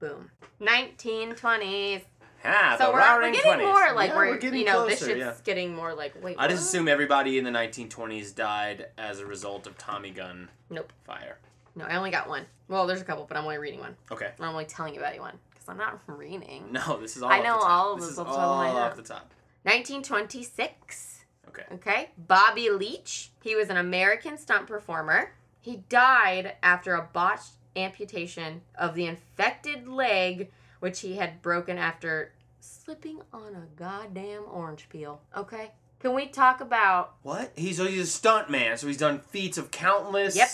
Boom. 1920s.
Ah,
So
the
we're, we're
roaring
getting
20s.
more like
Yeah,
we're,
getting
you know this
closer.
shit's
yeah.
getting more like wait.
I just
what?
assume everybody in the 1920s died as a result of Tommy gun
Nope.
fire.
No, I only got one. Well, there's a couple, but I'm only reading one.
Okay.
And I'm only telling you about one because I'm not reading.
No, this is all.
I
off the
know
top.
all of
This
those
is
off the top of my
all
head.
off the top.
1926.
Okay.
Okay. Bobby Leach. He was an American stunt performer. He died after a botched amputation of the infected leg, which he had broken after slipping on a goddamn orange peel. Okay. Can we talk about
What? He's so he's a stunt man, so he's done feats of countless.
Yep.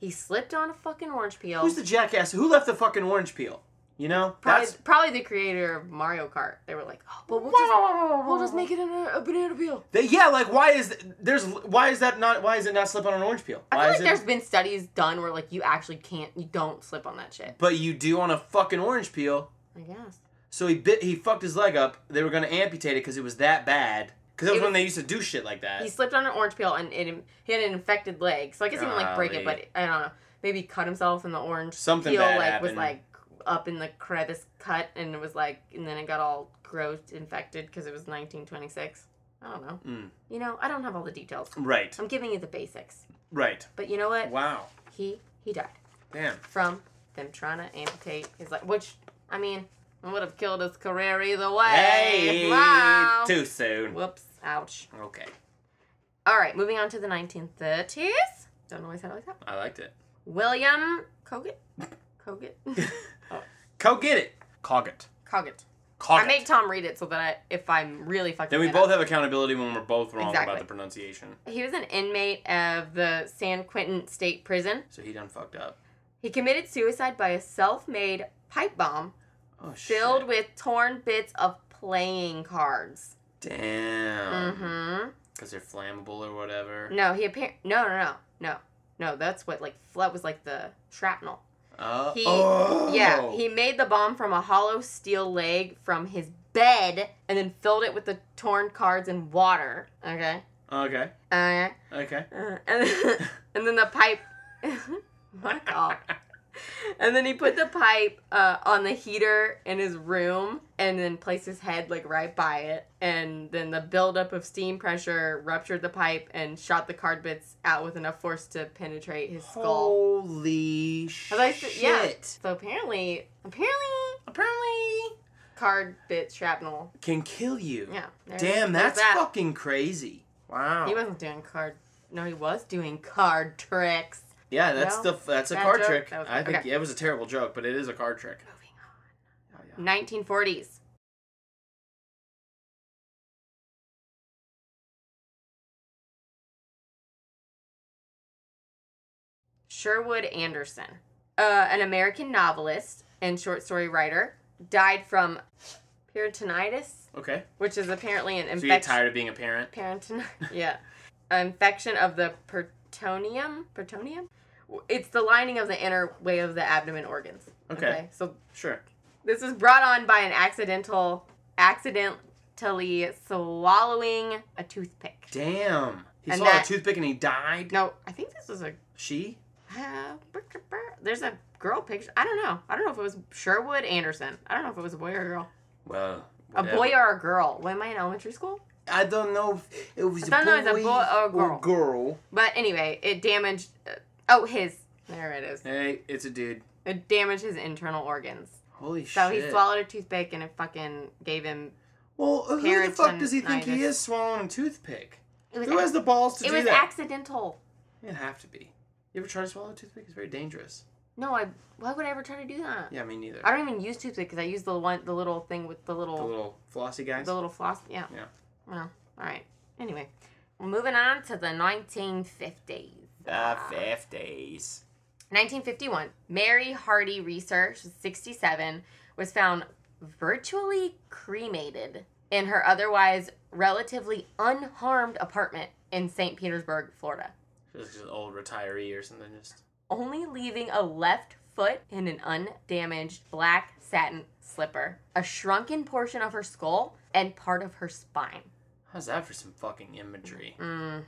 he slipped on a fucking orange peel?
Who's the jackass? Who left the fucking orange peel? You know,
probably,
that's
probably the creator of Mario Kart. They were like, oh, but we'll just, we'll just make it a, a banana peel.
They- yeah. Like, why is there's why is that not why is it not slip on an orange peel?
I
Why
feel
is
like there's
it?
been studies done where like you actually can't, you don't slip on that shit.
But you do on a fucking orange peel.
I guess.
So he bit. He fucked his leg up. They were gonna amputate it because it was that bad. Because that was
It
when
was-
they used to do shit like that.
He slipped on an orange peel and it, he had an infected leg. So I guess he didn't like break it, but
Golly.
I don't know. Maybe he cut himself in the orange
Something
peel
bad
like was
happened.
like up in the crevice cut and it was like and then it got all gross infected because it was 1926. I don't know.
Mm.
You know, I don't have all the details.
Right.
I'm giving you the basics.
Right.
But you know what?
Wow.
He he died
Damn.
from them trying to amputate his leg, which I mean, would have killed his career either way.
Hey.
wow.
Too soon.
Whoops. Ouch.
Okay.
All right, moving on to the 1930s. Don't always have it like that.
I liked it.
William Coggett. Coggett.
Go get it. Cog it.
Coggett.
Cog
I
it.
made Tom read it so that I, if I'm really fucking.
Then we
it
both
up.
have accountability when we're both wrong
Exactly.
about the pronunciation.
He was an inmate of the San Quentin State Prison.
So he done fucked up.
He committed suicide by a self-made pipe bomb
Oh shit.
filled with torn bits of playing cards.
Damn.
Mm-hmm.
Because they're flammable or whatever.
No, he apparent. No, no, no, no, no. That's what like fl- that was like the shrapnel.
Uh,
He-
oh.
Yeah, he made the bomb from a hollow steel leg from his bed and then filled it with the torn cards and water. Okay.
Okay.
Uh,
Okay.
uh, and, then, and then the pipe. Fuck off. And then he put the pipe uh, on the heater in his room and then placed his head like right by it. And then the buildup of steam pressure ruptured the pipe and shot the card bits out with enough force to penetrate his skull.
Holy shit.
As I said- yeah. So apparently, apparently,
Apparently,
card bit shrapnel.
can kill you.
Yeah. there-
Damn,
there's
that's
that.
fucking crazy. Wow.
He wasn't doing card. No, he was doing card tricks.
yeah, that's
No,
the that's a
that
card
joke-
trick.
that was-
I think
okay.
yeah, it was a terrible joke, but it is a card trick.
Moving
Oh, yeah.
on. 1940s. Sherwood Anderson, uh, an American novelist and short story writer, died from peritonitis,
Okay.
which is apparently an
So you get
infection.
tired of being a parent?
Parentonitis. yeah. Infection of the peritoneum. Peritoneum? It's the lining of the inner way of the abdomen organs.
Okay.
So
Sure.
this is brought on by an accidental, accidentally swallowing a toothpick.
Damn. He
And
saw
that-
a toothpick and he died.
No, I think this was a.
She?
Uh, there's a girl picture. I don't know. I don't know if it was Sherwood Anderson. I don't know if it was a boy or a girl.
Well.
A boy or a girl. Am I in elementary school?
I don't know if it was
I don't know if it's a boy or a girl.
girl.
But anyway, it damaged. Uh, oh, his. There it is.
Hey, it's a dude.
It damaged his internal organs.
Holy
So
shit.
he swallowed a toothpick and it fucking gave him.
Well, who the fuck does he think
Peritonitis.
he is swallowing a toothpick?
It was,
Who has the balls to
it
do
was
that?
accidental.
It'd have to be. You ever try to swallow a toothpick? It's very dangerous.
No, I. Why would I ever try to do that?
Yeah, me neither.
I don't even use toothpick because I use the one, the little thing with the
The
little,
little flossy guys.
the little floss. Yeah.
Yeah.
Well, all right. Anyway, moving on to the 1950s.
The Ah, fifties.
1951, Mary Hardy Research, 67, was found virtually cremated in her otherwise relatively unharmed apartment in St. Petersburg, Florida,
Just an old retiree or something. Just
only leaving a left foot and an undamaged black satin slipper, a shrunken portion of her skull, and part of her spine.
how's that for some fucking imagery?
hmm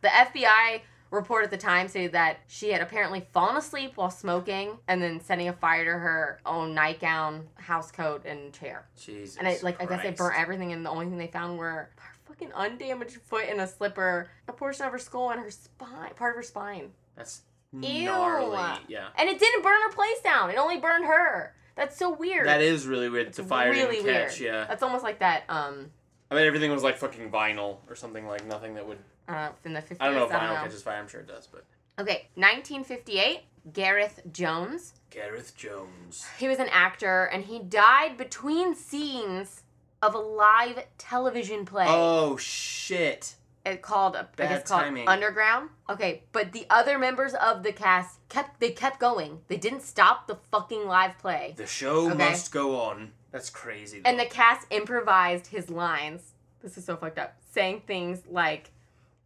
The FBI report at the time stated that she had apparently fallen asleep while smoking and then setting a fire to her own nightgown, house coat, and chair.
Jesus.
And I, like, I guess they
Christ.
burnt everything, and the only thing they found were her fucking undamaged foot and a slipper, a portion of her skull, and her spine, part of her spine.
That's gnarly. Yeah.
And it didn't burn her place down. It only burned her. That's so weird.
That is really weird. It's a fire
really
didn't
weird.
catch. Yeah.
That's almost like that. Um,
I mean, everything was like fucking vinyl or something like nothing that would.
I don't know, uh, in the 50s.
I don't know if vinyl catches fire. I'm sure it does, but
Okay, 1958, Gareth Jones.
Gareth Jones.
He was an actor and he died between scenes of a live television play.
Oh shit!
It called I guess
Bad
called
timing.
Underground. Okay, but the other members of the cast kept they kept going. They didn't stop the fucking live play.
The show
Okay.
must go on. That's crazy.
And the cast improvised his lines. This is so fucked up. Saying things like,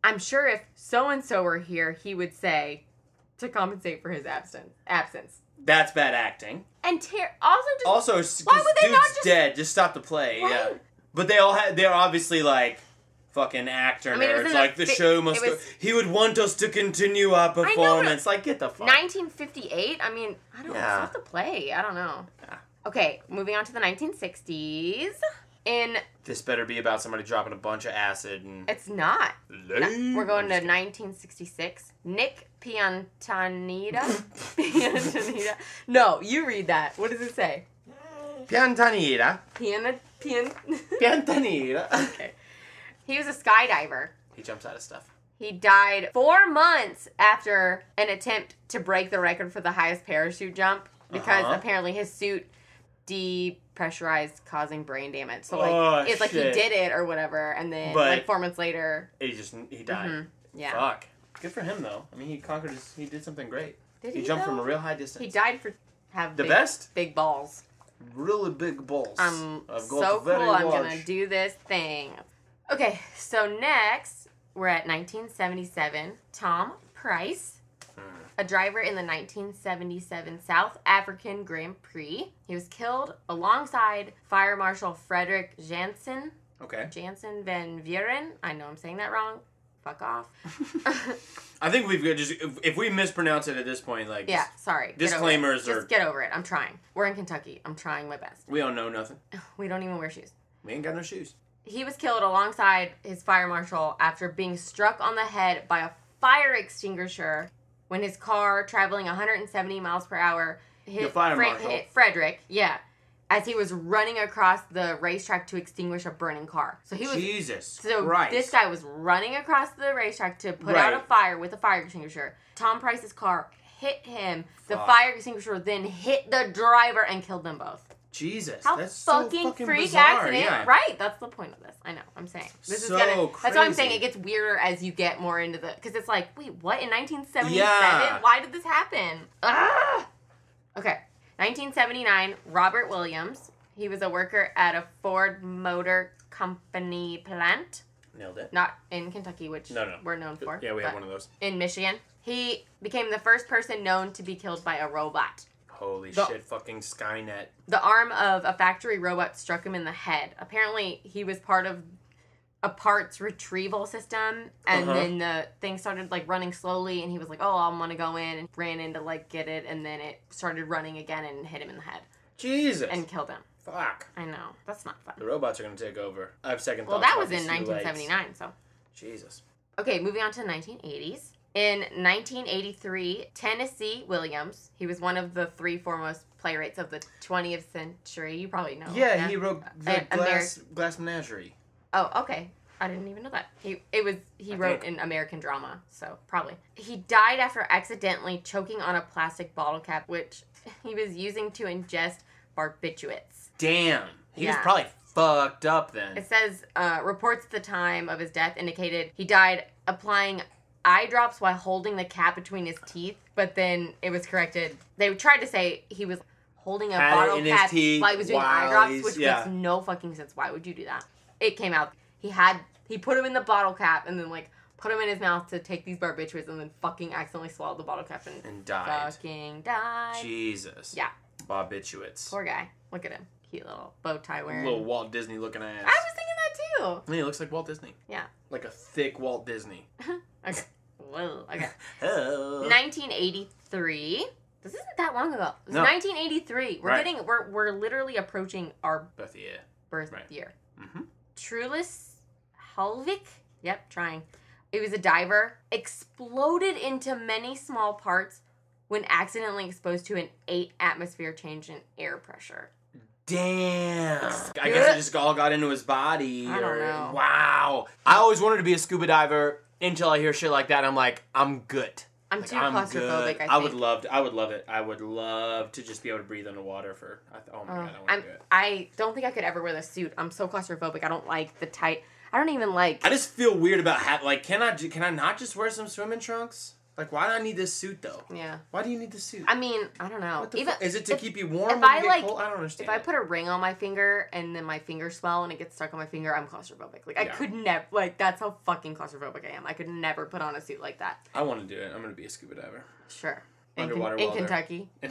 I'm sure if so and so were here, he would say to compensate for his absence absence.
That's bad acting.
And ter- also just
Also, s-
Why
'cause
would they
dude's
not just-
dead. Just stop the play. Yeah.
Right.
But they all had. They're obviously like fucking actor
I mean, it was
nerds.
in a
Like the
fi-
show must.
it was-
go. He would want us to continue our
but-
performance. Like get the fuck.
1958. I mean, I don't
Yeah.
know. It's not the play. I don't know.
Yeah.
Okay, moving on to the 1960s. In
This better be about somebody dropping a bunch of acid and.
it's not. No, we're going to
I'm just
1966. Nick Piantanita. Piantanita. No, you read that. What does it say?
kidding. Piantanira.
Pian. Pian.
Piantanira.
okay. He was a skydiver.
he jumps out of stuff.
He died four months after an attempt to break the record for the highest parachute jump because
Uh-huh.
apparently his suit depressurized, causing brain damage. So like
Oh,
it's like he
shit.
did it or whatever, and then
But-
like four months later,
He just he died.
Mhm. yeah,
Fuck. Good for him though. I mean, he conquered. His, he did something great.
did
He, jumped
though?
from a real high distance.
He died for have
The
big,
best?
big balls.
Really big balls.
I'm
I've got
so cool.
very
I'm
large.
gonna do this thing. Okay, so next we're at 1977. Tom Price,
Hmm.
a driver in the 1977 South African Grand Prix, he was killed alongside Fire Marshal Frederick Jansen.
Okay.
Jansen van Vieren. I know I'm saying that wrong. Fuck off.
I think we've got just if, if we mispronounce it at this point, like
yeah, sorry. Get over it.
Disclaimers are-
Just get over it. I'm trying. We're in Kentucky. I'm trying my best.
we don't know nothing.
We don't even wear shoes.
We ain't got no shoes.
He was killed alongside his fire marshal after being struck on the head by a fire extinguisher when his car, traveling 170 miles per hour, hit,
The fire
Fre-
marshal.
hit Frederick. Yeah. As he was running across the racetrack to extinguish a burning car. So he was.
Jesus
So
Christ.
this guy was running across the racetrack to put out a
Right.
fire with a fire extinguisher. Tom Price's car hit him. The
Fuck.
fire extinguisher then hit the driver and killed them both.
Jesus.
How
that's so
fucking,
fucking
freak
bizarre.
accident,
Yeah.
right? That's the point of this. I know. I'm saying this
So
is gonna. That's why I'm
crazy.
saying it gets weirder as you get more into the. Because it's like, wait, what in 1977?
Yeah.
Why did this happen? Ugh! Okay, 1979. Robert Williams. He was a worker at a Ford Motor Company plant,
Nailed it.
not in Kentucky, which
No, no.
we're known for.
Yeah, we
but
have one of those.
in Michigan. He became the first person known to be killed by a robot.
Holy
The-
shit! Fucking Skynet.
the arm of a factory robot struck him in the head. Apparently, he was part of a parts retrieval system, and
Uh-huh.
then the thing started like running slowly, and he was like, "Oh, I'm gonna go in," and ran in to like get it, and then it started running again and hit him in the head
Jesus.
and killed him.
Fuck.
I know that's not fun.
The robots are gonna take over. I have second
Well,
thoughts.
that
about
was in
these new lights.
1979, so
Jesus.
Okay, moving on to the 1980s. In 1983, Tennessee Williams, he was one of the three foremost playwrights of the 20th century. You probably know.
Yeah, he wrote the
Uh,
glass glass menagerie.
Oh, okay. I didn't even know that. He it was he
I
wrote
think.
an American drama, so probably. He died after accidentally choking on a plastic bottle cap which he was using to ingest barbiturates.
Damn. He was
Yeah.
probably fucked up then.
It says uh, reports at the time of his death indicated he died applying eye drops while holding the cap between his teeth, but then it was corrected. They tried to say he was holding a
Had it
bottle
in his
cap
teeth
while he was doing eye
while
drops,
he's-
which
yeah.
makes no fucking sense. Why would you do that? It came out he had he put him in the bottle cap and then like put him in his mouth to take these barbiturates and then fucking accidentally swallowed the bottle cap and,
and died.
fucking died.
Jesus.
Yeah.
Barbiturates.
Poor guy. Look at him. Cute little bow tie wearing.
Little Walt Disney looking ass.
I was thinking that too.
And he looks like Walt Disney.
Yeah.
Like a thick Walt Disney.
Okay. Whoa. Okay.
Oh.
1983. This isn't that long ago. It was
No.
1983. We're
Right.
getting. We're we're literally approaching our
But yeah.
birth
Right.
year.
Mhm.
Trulis Halvik. Yep. Trying. It was a diver, exploded into many small parts when accidentally exposed to an 8 atmosphere change in air pressure.
Damn. I guess it just all got into his body.
I don't
or-
know.
Wow.
I always wanted to be a scuba diver until I hear shit like that. I'm like, I'm good.
I'm
Like,
too
I'm
claustrophobic,
good.
I think.
I would love. To, I would love it. I would love to just be able to breathe underwater for. I th- oh my
Oh,
god, I
I'm,
want to do it.
I don't think I could ever wear the suit. I'm so claustrophobic. I don't like the tight. I don't even like.
I just feel weird about ha- like. Can I? ju- Can I not just wear some swimming trunks? Like, why do I need this suit though?
yeah.
Why do you need the suit?
I mean, I don't know.
what the
even
fu- is it to
if-
keep you warm?
if
when
I,
you get
like-
cold? I don't understand.
If I put a ring on my finger and then my fingers swell and it gets stuck on my finger, I'm claustrophobic. Like I
Yeah.
could never. Like that's how fucking claustrophobic I am. I could never put on a suit like that.
I want to do it. I'm gonna be a scuba diver.
Sure. In, Ken-
Underwater
in
while they're-
Kentucky, we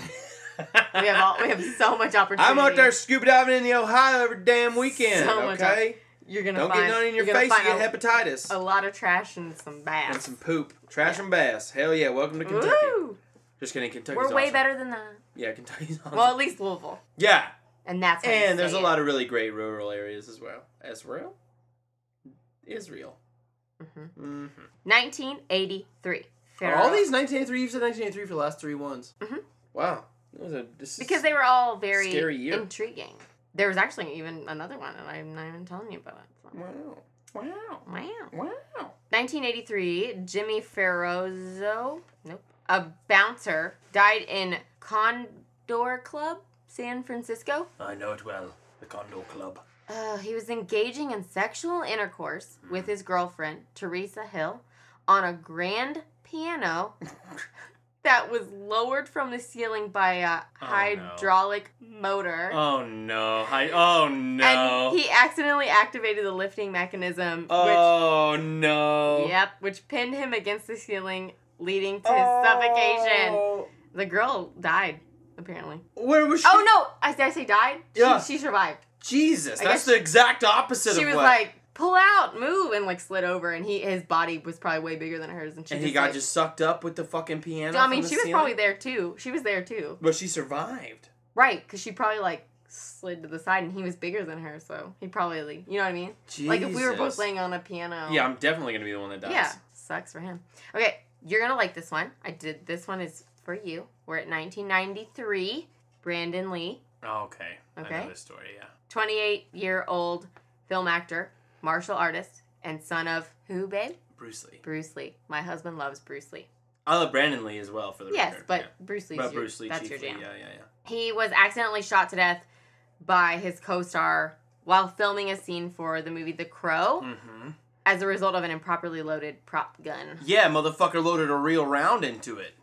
have all, we have so much opportunity.
I'm out there scuba diving in the Ohio every damn weekend.
So much
okay,
You're gonna
don't
find,
get none in your
you're gonna
face. You
find
get hepatitis
a, a lot of trash and some bass.
and some poop, trash and bass. Hell yeah, welcome to Kentucky.
Woo!
Just kidding, Kentucky's
We're way
awesome.
better than that.
Yeah, Kentucky's awesome.
Well, at least Louisville,
yeah,
and that's how you
and there's
say
a
it.
lot of really great rural areas as well. Israel, Israel. Mm-hmm.
1983. Pharaoh.
All these 1983. You've said 1983 for the last three ones.
Mhm.
Wow, that was a this is-
because they were all very
Scary year.
intriguing. There was actually even another one, and I'm not even telling you about it. So.
Wow, wow,
Wow.
wow.
1983, Jimmy Ferrozzo, nope, a bouncer, died in Condor Club, San Francisco.
I know it well. The Condor Club.
Uh, he was engaging in sexual intercourse with his girlfriend, Teresa Hill, on a grand piano that was lowered from the ceiling by a
no.
hydraulic motor.
Oh no! I oh no!
And he accidentally activated the lifting mechanism,
oh
which,
no!
yep, which pinned him against the ceiling, leading to his suffocation.
Oh.
The girl died, apparently.
Where was she?
Oh no! I did I say died?
Yeah.
She, she survived.
Jesus,
I
that's
guess-
the exact opposite
she
of
was
what.
like, pull out, move, and like slid over, and he his body was probably way bigger than hers, and she
and
just
he got
like-
just sucked up with the fucking piano.
I
from
mean,
the
she was
ceiling?
probably there too. She was there too,
But she survived.
right? Because she probably like slid to the side, and he was bigger than her, so he probably, like, you know what I mean? Like if we were both
Jesus.
laying on a piano,
Yeah, I'm definitely gonna be the one that dies.
yeah, sucks for him. Okay, you're gonna like this one. I did this one is for you. We're at 1993. Brandon Lee,
Oh, okay. I
Okay.
know this story. Yeah.
28 year old film actor, martial artist, and son of who, babe?
Bruce Lee.
Bruce Lee. My husband loves Bruce Lee.
I love Brandon Lee as well for the
Yes,
record.
but
yeah.
Bruce Lee's
but
your,
Bruce Lee
that's your
chiefly.
jam.
Yeah, yeah, yeah.
He was accidentally shot to death by his co-star while filming a scene for the movie The Crow
Mm-hmm.
as a result of an improperly loaded prop gun.
Yeah, motherfucker loaded a real round into it.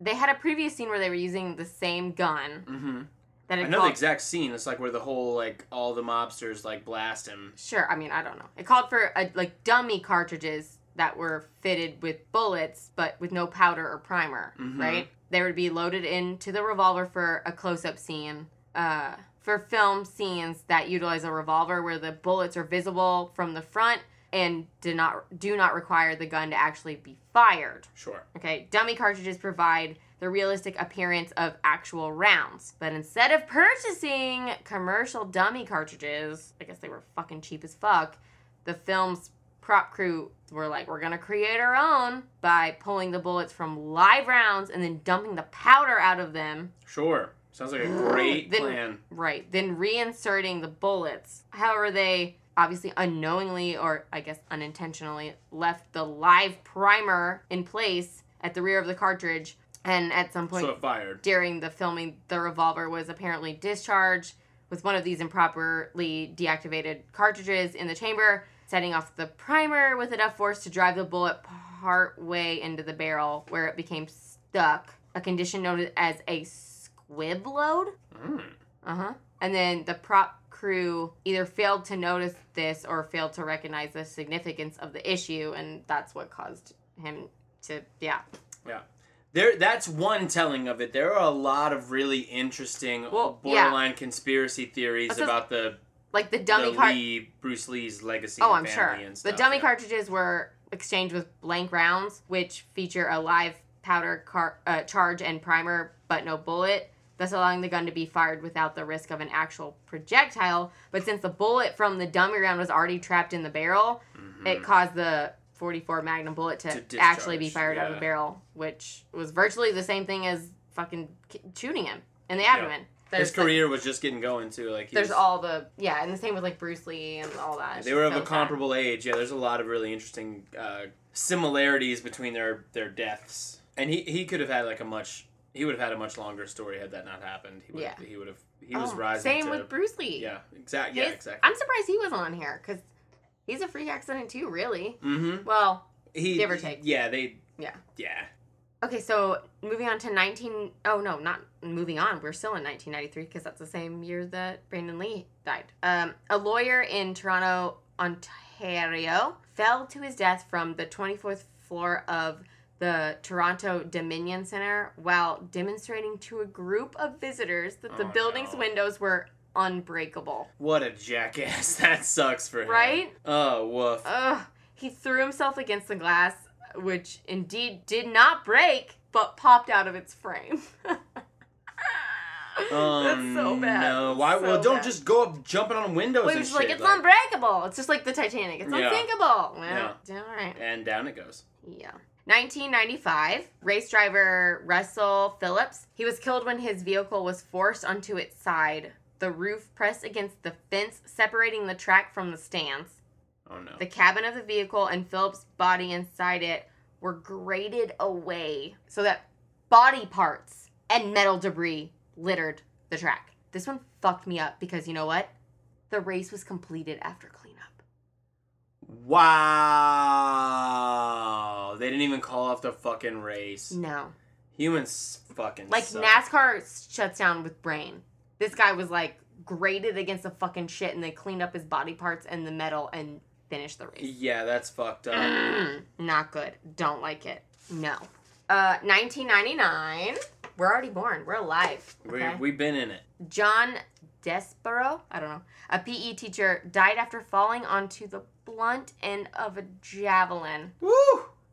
They had a previous scene where they were using the same gun
Mm-hmm.
that
I
had
know the
called
exact scene. It's like where the whole like all the mobsters like blast him.
Sure, I mean, I don't know. It called for a, like dummy cartridges that were fitted with bullets, but with no powder or primer,
Mhm.
right? They would be loaded into the revolver for a close up scene. Uh, for film scenes that utilize a revolver where the bullets are visible from the front and do not do not require the gun to actually be fired.
Sure.
Okay, dummy cartridges provide the realistic appearance of actual rounds. But instead of purchasing commercial dummy cartridges, I guess they were fucking cheap as fuck, the film's prop crew were like, we're gonna create our own by pulling the bullets from live rounds and then dumping the powder out of them.
Sure. Sounds like a great
Then-
plan.
Right, then reinserting the bullets. However, they obviously unknowingly or I guess unintentionally left the live primer in place at the rear of the cartridge. And at some point
So it fired.
during the filming, the revolver was apparently discharged with one of these improperly deactivated cartridges in the chamber, setting off the primer with enough force to drive the bullet part way into the barrel where it became stuck, a condition known as a squib load.
Mm.
Uh huh. And then the prop crew either failed to notice this or failed to recognize the significance of the issue, and that's what caused him to, yeah.
Yeah. There, that's one telling of it. There are a lot of really interesting
Well, yeah.
borderline conspiracy theories
That's just-
about the,
Like the dummy
the
cart.
Lee, Bruce Lee's legacy.
Oh, I'm
and
sure.
family and
the
stuff,
dummy
yeah.
cartridges were exchanged with blank rounds, which feature a live powder car- uh, charge and primer, but no bullet, thus allowing the gun to be fired without the risk of an actual projectile. But since the bullet from the dummy round was already trapped in the barrel, it caused the 44 Magnum bullet to,
Mm-hmm. To
actually be
discharge,
fired out of
yeah.
the barrel, which was virtually the same thing as fucking ki- shooting him in the abdomen.
His
There's the-
career was just getting going too. Like he
there's
was-
all the yeah, and the same with like Bruce Lee and all that. It's
they were
just
of a
so sad.
comparable age. Yeah, there's a lot of really interesting uh, similarities between their their deaths. And he he could have had like a much he would have had a much longer story had that not happened. He would
Yeah.
he would have he was
Oh,
rising.
Same
to,
with Bruce Lee.
Yeah, exactly. Yeah,
His-
exactly.
I'm surprised he wasn't on here because he's a freak accident too, really.
mm-hmm.
Well,
He
Give or take.
Yeah, they.
Yeah.
Yeah.
okay, so moving on to 19. Oh no, not moving on. We're still in 1993 because that's the same year that Brandon Lee died. Um, a lawyer in Toronto, Ontario, fell to his death from the 24th floor of the Toronto Dominion Center while demonstrating to a group of visitors that the
Oh,
building's
no.
windows were unbreakable.
What a jackass. That sucks for him.
Right?
Oh, woof.
Ugh. He threw himself against the glass, which indeed did not break, but popped out of its frame.
Oh,
That's so bad.
No. Why?
So
well, don't
bad.
just go up jumping on windows
Well, he
and
was
shit.
just like, it's unbreakable. It's just like the Titanic. It's
Yeah.
unthinkable. Well,
Yeah.
All right.
and down it goes.
Yeah. 1995, race driver Russell Phillips. He was killed when his vehicle was forced onto its side. The roof pressed against the fence separating the track from the stands.
Oh no.
The cabin of the vehicle and Philip's body inside it were grated away so that body parts and metal debris littered the track. This one fucked me up because you know what? The race was completed after cleanup.
Wow. They didn't even call off the fucking race.
No.
Humans fucking
Like
suck.
NASCAR shuts down with brain. This guy was like grated against the fucking shit and they cleaned up his body parts and the metal and finished the race.
Yeah, that's fucked up.
Mm, not good. Don't like it. No. Uh, 1999. We're already born. We're alive.
we,
Okay?
we've been in it.
John Despero, I don't know, a PE teacher, died after falling onto the blunt end of a javelin,
Woo!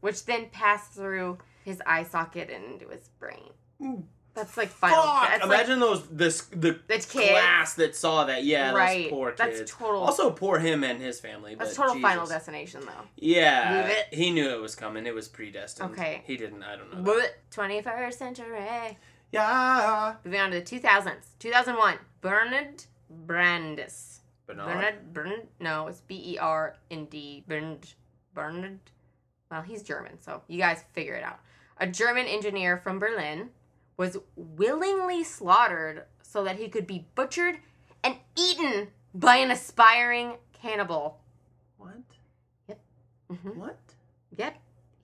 which then passed through his eye socket and into his brain.
Ooh,
That's like final.
Fuck!
That's
Imagine those this the
like the kid.
class that saw that. Yeah,
Right.
those poor
That's
kids.
total-
Also, poor him and his family.
That's
but
total final
Jesus.
destination though.
Yeah,
Move it.
he knew it was coming. It was predestined.
Okay.
he didn't. I don't know. that.
But 21st century.
Yeah,
Moving on to the 2000s. 2001. Bernard Brandis.
but not.
Bernard, Bernard, no, it's B E R N D. Bernard, Bernard. Well, he's German, so you guys figure it out. A German engineer from Berlin was willingly slaughtered so that he could be butchered and eaten by an aspiring cannibal.
What?
hmm
What?
Yep,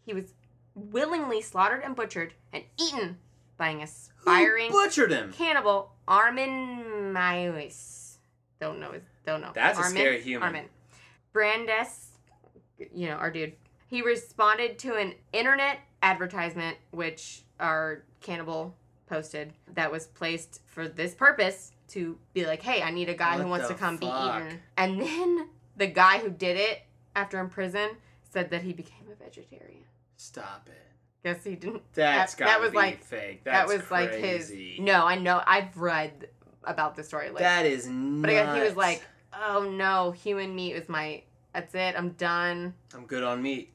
he was willingly slaughtered and butchered and eaten by an aspiring
Who butchered him?
cannibal Armin Maius. Don't know. his- Don't know.
That's a
Armin,
scary human.
Armin. Brandes, you know our dude. He responded to an internet advertisement which our cannibal posted that was placed for this purpose to be like, hey, I need a guy who
What
wants to
the
come
fuck?
be eaten. And then the guy who did it after in prison said that he became a vegetarian.
Stop it.
Guess he didn't.
That's
that
got
was
be
like-
fake.
that
That's
was like
crazy.
his. No, I know. I've read about the story. Like,
that is nuts.
but I guess he was like, "Oh no, human meat is my. That's it. I'm done.
I'm good on meat.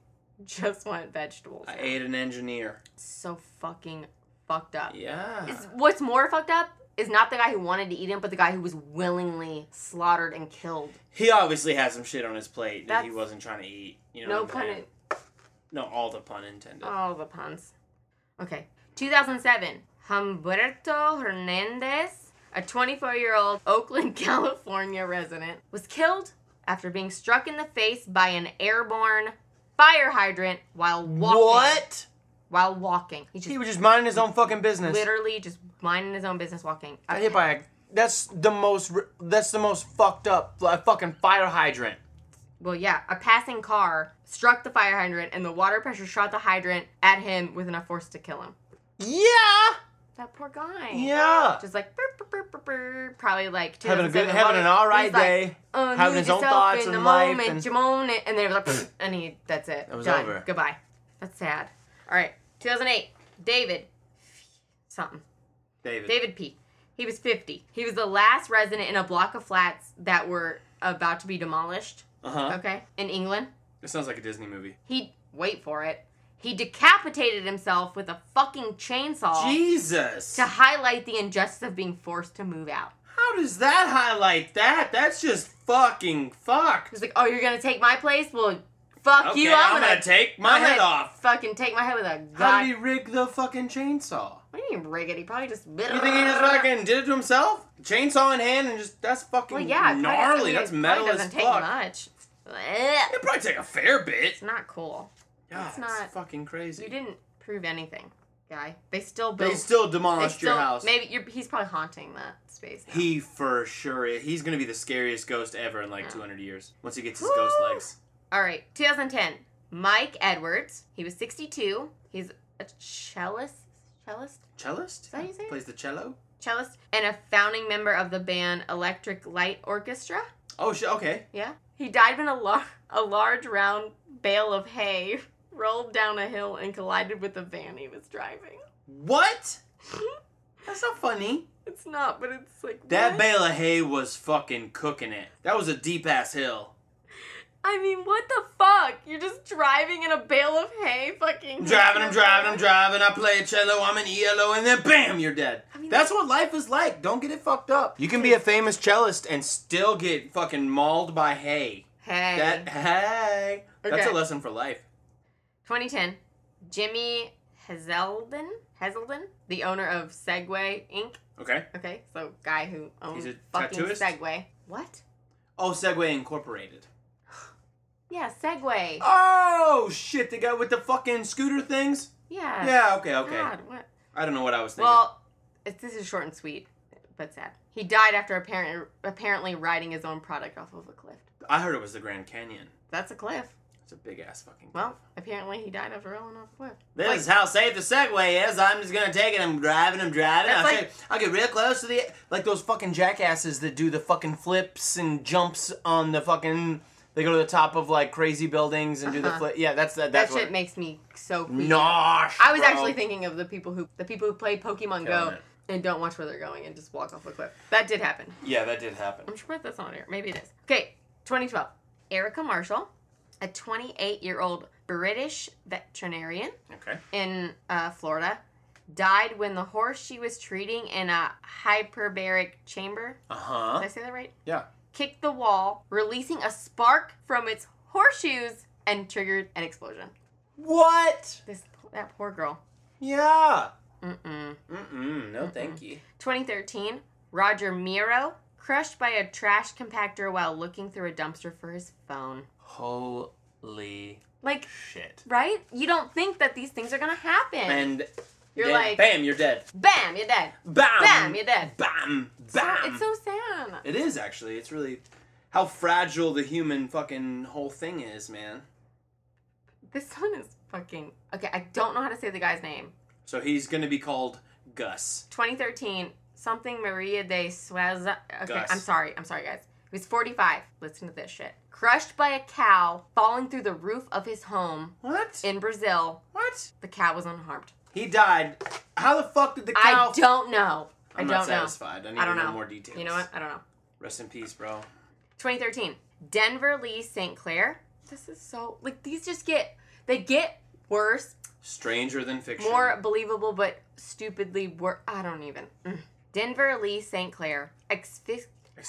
Just want vegetables."
I ate an engineer.
so fucking fucked up.
Yeah.
It's, what's more fucked up is not the guy who wanted to eat him, but the guy who was willingly slaughtered and killed.
He obviously had some shit on his plate that he
That's-
wasn't trying to eat. You know
no
what I'm
pun. Oh,
saying? No, all the pun intended.
All the puns. Okay. 2007. Humberto Hernandez, a 24 year old Oakland, California resident, was killed after being struck in the face by an airborne fire hydrant while walking.
What?
While walking. He just
He was just minding his own fucking business.
literally just minding his own business walking. Uh,
Got hit by a. That's the most. r- That's the most fucked up like, fucking fire hydrant.
Well, yeah, a passing car struck the fire hydrant and the water pressure shot the hydrant at him with enough force to kill him.
Yeah.
That poor guy.
Yeah.
just like burp, burp, burp, burp, burp, probably like
Having a good,
2007
having an
moment.
all right
He's like,
day.
"Oh,
having
you
his own
yourself
thoughts
in
and
the
life
moment,
and-
your moment, and then it was like, and he, that's it. It
was
Done.
over.
Goodbye. That's sad. All right, 2008, David, something,
David.
David P. He was 50. He was the last resident in a block of flats that were about to be demolished.
Uh huh.
Okay, in England.
It sounds like a Disney movie.
He wait for it, he decapitated himself with a fucking chainsaw
Jesus.
to highlight the injustice of being forced to move out.
How does that highlight that? That's just fucking fucked.
He's like, "Oh, you're gonna take my place? Well, fuck
Okay,
you! I'm,
gonna,
gonna,
take my
I'm
head
gonna
off.
Fucking take my head with a
How
gun."
did he rig the fucking chainsaw?
what do you mean rig it? He probably just
You think he just fucking did it to himself? Chainsaw in hand and just that's fucking
Well, yeah, it probably doesn't- I mean,
gnarly. that's
it probably
metal as
doesn't take
fuck.
much. Ugh.
It'd probably take a fair bit.
It's not cool.
God,
it's not-
it's fucking crazy.
You didn't prove anything, guy. They still built.
They still
they
demolished
still-
your house.
Maybe you're, he's probably haunting that space. now.
He for sure is. He's gonna be the scariest ghost ever in like 200 years once he gets his ghost
Woo!
legs.
All right, 2010. Mike Edwards. He was 62. He's a cellist, cellist,
Cellist? Is
that how you say it?
Plays the cello.
cellist, and a founding member of the band Electric Light Orchestra.
Oh shit. Okay.
Yeah. He died when a, lar- a large round bale of hay rolled down a hill and collided with the van he was driving.
What? That's not funny.
It's not, but it's like
That
what?
bale of hay was fucking cooking it. That was a deep ass hill.
I mean, what the fuck? You're just driving in a bale of hay, fucking.
I'm driving, I'm driving, I'm driving. I play a cello, I'm an ELO, and then bam, you're dead.
I mean,
That's what life is like. Don't get it fucked up. You can be a famous cellist and still get fucking mauled by hay.
Hey.
That hey, that's a
Okay.
lesson for life.
2010, Jimmy Hazelden, Hazelden, the owner of Segway Inc.
Okay.
Okay, so guy who owns
He's a
fucking
tattooist?
Segway. What?
Oh, Segway Incorporated.
Yeah, Segway.
Oh shit, the guy with the fucking scooter things.
Yeah.
Yeah. Okay. Okay.
God, what?
I don't know what I was thinking.
Well, it's, this is short and sweet, but sad. He died after apparent, apparently riding his own product off of a cliff.
I heard it was the Grand Canyon.
That's a cliff.
It's a big ass fucking.
Well, apparently he died after rolling off a cliff.
This
Like-
is how safe the Segway is. I'm just gonna take it. I'm driving. I'm driving.
That's
I'll,
like-
get, I'll get real close to the like those fucking jackasses that do the fucking flips and jumps on the fucking. They go to the top of like crazy buildings and do the
Uh-huh.
flip. Yeah, that's
That
that. That's
shit
what.
makes me so queasy.
Nosh.
I was
bro.
actually thinking of the people who the people who play Pokemon Go
Killing it.
and don't watch where they're going and just walk off a cliff. That did happen.
Yeah, that did happen.
I'm sure that's not here. Maybe it is. Okay, 2012. Erica Marshall, a 28 year old British veterinarian
Okay.
in uh, Florida, died when the horse she was treating in a hyperbaric chamber.
Uh
Did
huh.
I say that right?
Yeah.
Kicked the wall, releasing a spark from its horseshoes and triggered an explosion.
What?
This that poor girl.
Yeah.
Mm-mm.
Mm-mm. No, thank you.
2013, Roger Miro crushed by a trash compactor while looking through a dumpster for his phone.
Holy
Like,
shit.
right? You don't think that these things are gonna happen.
And
You're
then
like-
bam, you're dead.
Bam, you're dead.
Bam.
Bam, you're dead.
Bam. Um, Bam.
It's so sad.
It is actually. It's really how fragile the human fucking whole thing is, man.
This one is fucking. Okay, I don't know how to say the guy's name.
So he's gonna be called Gus.
2013, something Maria de Suaza. Okay,
Gus.
I'm sorry. I'm sorry, guys. He was 45. Listen to this shit. Crushed by a cow falling through the roof of his home
What?
in Brazil.
what?
The cow was unharmed.
He died. How the fuck did the cow?
I don't know.
I'm
I
not
don't know.
satisfied. I need
I don't
to
know.
know more details.
You know what? I don't know.
Rest in peace, bro.
2013. Denver Lee St. Clair. This is so like these just get they get worse,
Stranger than fiction.
more believable, but stupidly worse. I don't even. Mm. Denver Lee St. Clair asphy-
Asphyxiated?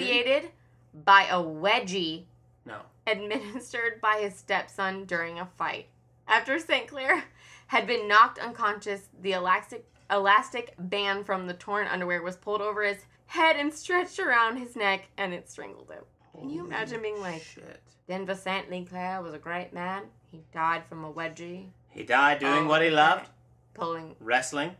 asphyxiated by a wedgie
No.
administered by his stepson during a fight. After St. Clair had been knocked unconscious, the elastic, elastic band from the torn underwear was pulled over his head and stretched around his neck, and it strangled him. Can you
Holy
imagine being like,
Shit.
then Vincent Clair was a great man. He died from a wedgie,
He died doing
Oh,
what he
okay.
loved,
pulling.
wrestling.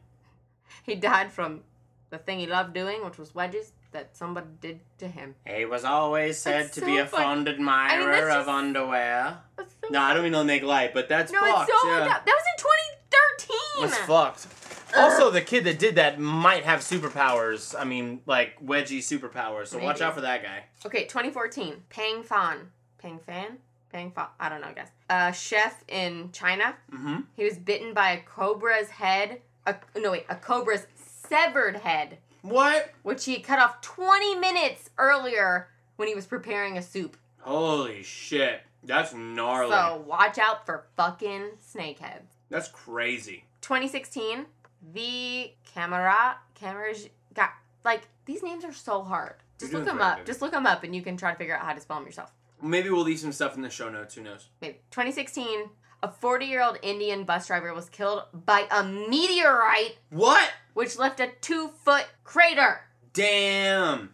He died from the thing he loved doing, which was wedges that somebody did to him.
He was always said
That's
to
so
be a
fuck-
fond admirer
that's
of
just-
underwear.
That's so-
No, I don't mean to make light, but that's
no,
fucked.
it's so
yeah.
fucked up. That was in 2013.
That's fucked.
Uh.
Also, the kid that did that might have superpowers. I mean, like wedgie superpowers. So watch
Maybe.
out for that guy.
Okay, 2014. Pang Fan. Pang Fan? Pang Fan. I don't know, I guess. A chef in China.
Mm-hmm.
He was bitten by a cobra's head. A, no, wait, a cobra's severed head,
What?
which he had cut off 20 minutes earlier when he was preparing a soup.
Holy shit! That's gnarly.
So watch out for fucking snakeheads.
That's crazy.
2016, the camera cameras got like these names are so hard. Just
You're
look them
doing great,
up.
baby.
Just look them up, and you can try to figure out how to spell them yourself.
Maybe we'll leave some stuff in the show notes. Who knows?
Maybe 2016, a 40 year old Indian bus driver was killed by a meteorite,
What?
which left a two foot crater.
Damn.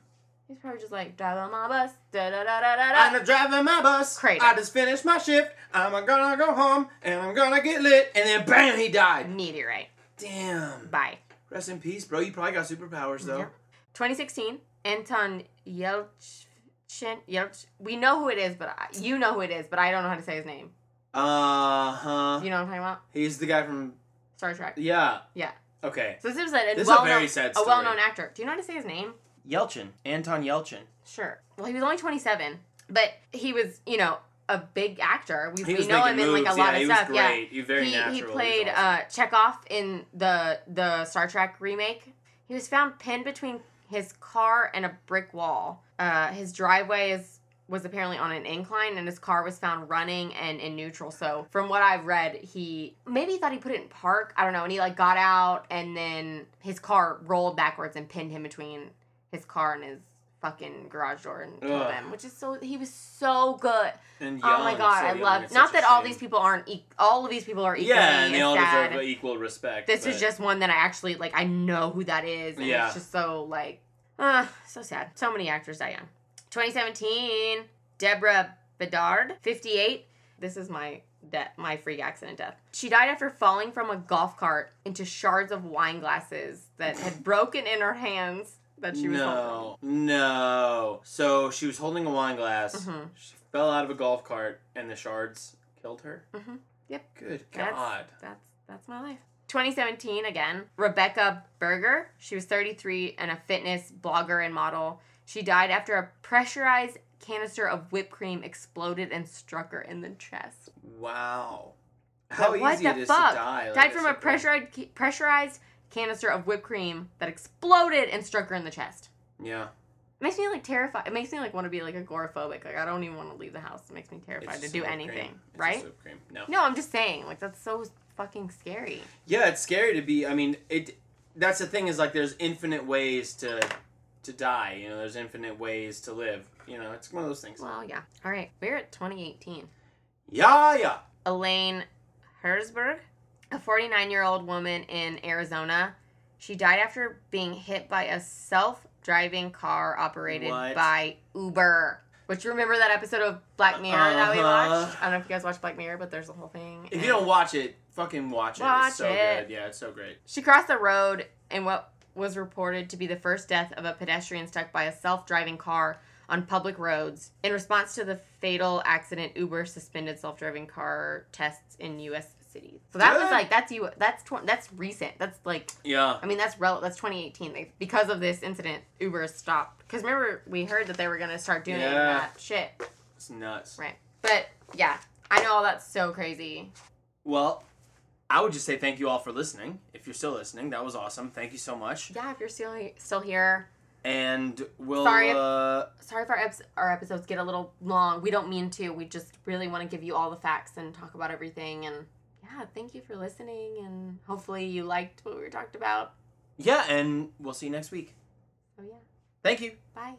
He's probably just like drive on my bus, da da da da da da.
I'm driving my bus.
Crazy.
I just finished my shift. I'm gonna go home and I'm gonna get lit. And then bam, he died.
Meteorite.
Damn.
Bye.
Rest in peace, bro. You probably got superpowers though.
Yeah. 2016, Anton Yelch. Chin, Yelch. We know who it is, but I, you know who it is, but I don't know how to say his name.
Uh huh.
You know what I'm talking about?
He's the guy from
Star Trek.
yeah.
Yeah.
Okay.
So this is a,
This is a
well
very
known,
sad
a
story.
well-known actor. Do you know how to say his name?
Yelchin. Anton Yelchin.
Sure. Well, he was only 27, but he was, you know, a big actor. We,
He
we
was
know him
making
in like
moves.
a lot
Yeah,
of
he was
stuff.
great.
Yeah.
He was very
he,
natural. He
he
was
played uh, Chekhov in the the Star Trek remake. He was found pinned between his car and a brick wall. Uh, his driveway is was apparently on an incline, and his car was found running and in neutral. So from what I've read, he maybe he thought he put it in park. I don't know. And he like got out, and then his car rolled backwards and pinned him between his car and his fucking garage door and killed
Ugh.
him. Which is so he was so good.
And
Oh my
young,
god,
so
I
young,
love.
it's
Not
such a
that all
shame.
these people aren't. E- all of these people are equally
Yeah, and they
as
all
sad.
deserve equal respect.
This
but-
is just one that I actually like. I know who that is, and
Yeah.
it's just so like, ah, so sad. So many actors die young. 2017, Deborah Bedard, 58. This is my death, my freak accident death. She died after falling from a golf cart into shards of wine glasses that had broken in her hands that she was holding.
no, no. So she was holding a wine glass.
Mhm.
She fell out of a golf cart, and the shards killed her.
Mhm. Yep.
Good
That's-
God.
That's that's my life. 2017 again. Rebecca Berger. She was 33 and a fitness blogger and model. She died after a pressurized canister of whipped cream exploded and struck her in the chest.
Wow. How
But what
easy
the
it is
fuck?
to die. like
died from
this,
a
like,
pressurized ca- pressurized canister of whipped cream that exploded and struck her in the chest.
Yeah.
It makes me like terrified. It makes me like want to be like agoraphobic. Like I don't even want to leave the house. It makes me
it's
terrified to
just
do
whipped
anything.
cream. It's
Right?
just whipped cream. No.
No, I'm just saying. Like that's so fucking scary.
Yeah, it's scary to be. I mean, it. That's the thing is like there's infinite ways to to die. You know, there's infinite ways to live. You know, it's one of those things.
Well, yeah. All right. We're at 2018.
Yeah, yeah.
Elaine Herzberg, a 49 year old woman in Arizona, she died after being hit by a self driving car operated
What?
by Uber. Which remember that episode of Black Mirror that we
Uh-huh.
watched? I don't know if you guys watch Black Mirror, but there's a whole thing.
If
and-
you don't watch it, fucking watch it.
Watch
it's so
it.
good. Yeah, it's so great.
She crossed the road in what was reported to be the first death of a pedestrian stuck by a self driving car on public roads. In response to the fatal accident, Uber suspended self driving car tests in U.S. cities. So that was
Good.
like, that's you, that's, tw- that's recent. That's like,
Yeah.
I mean, that's rel- that's 2018. They, because of this incident, Uber stopped. Because remember, we heard that they were going to start doing
Yeah.
that shit.
It's nuts.
Right. But yeah, I know all that's so crazy.
Well, I would just say thank you all for listening. If you're still listening, that was awesome. Thank you so much.
Yeah, if you're still, still here,
And we'll.
Sorry if-
Uh,
sorry if our, eps- our episodes get a little long. We don't mean to. We just really want to give you all the facts and talk about everything. And yeah, thank you for listening. And hopefully you liked what we were talked about.
yeah, and we'll see you next week.
So yeah,
Thank you.
bye.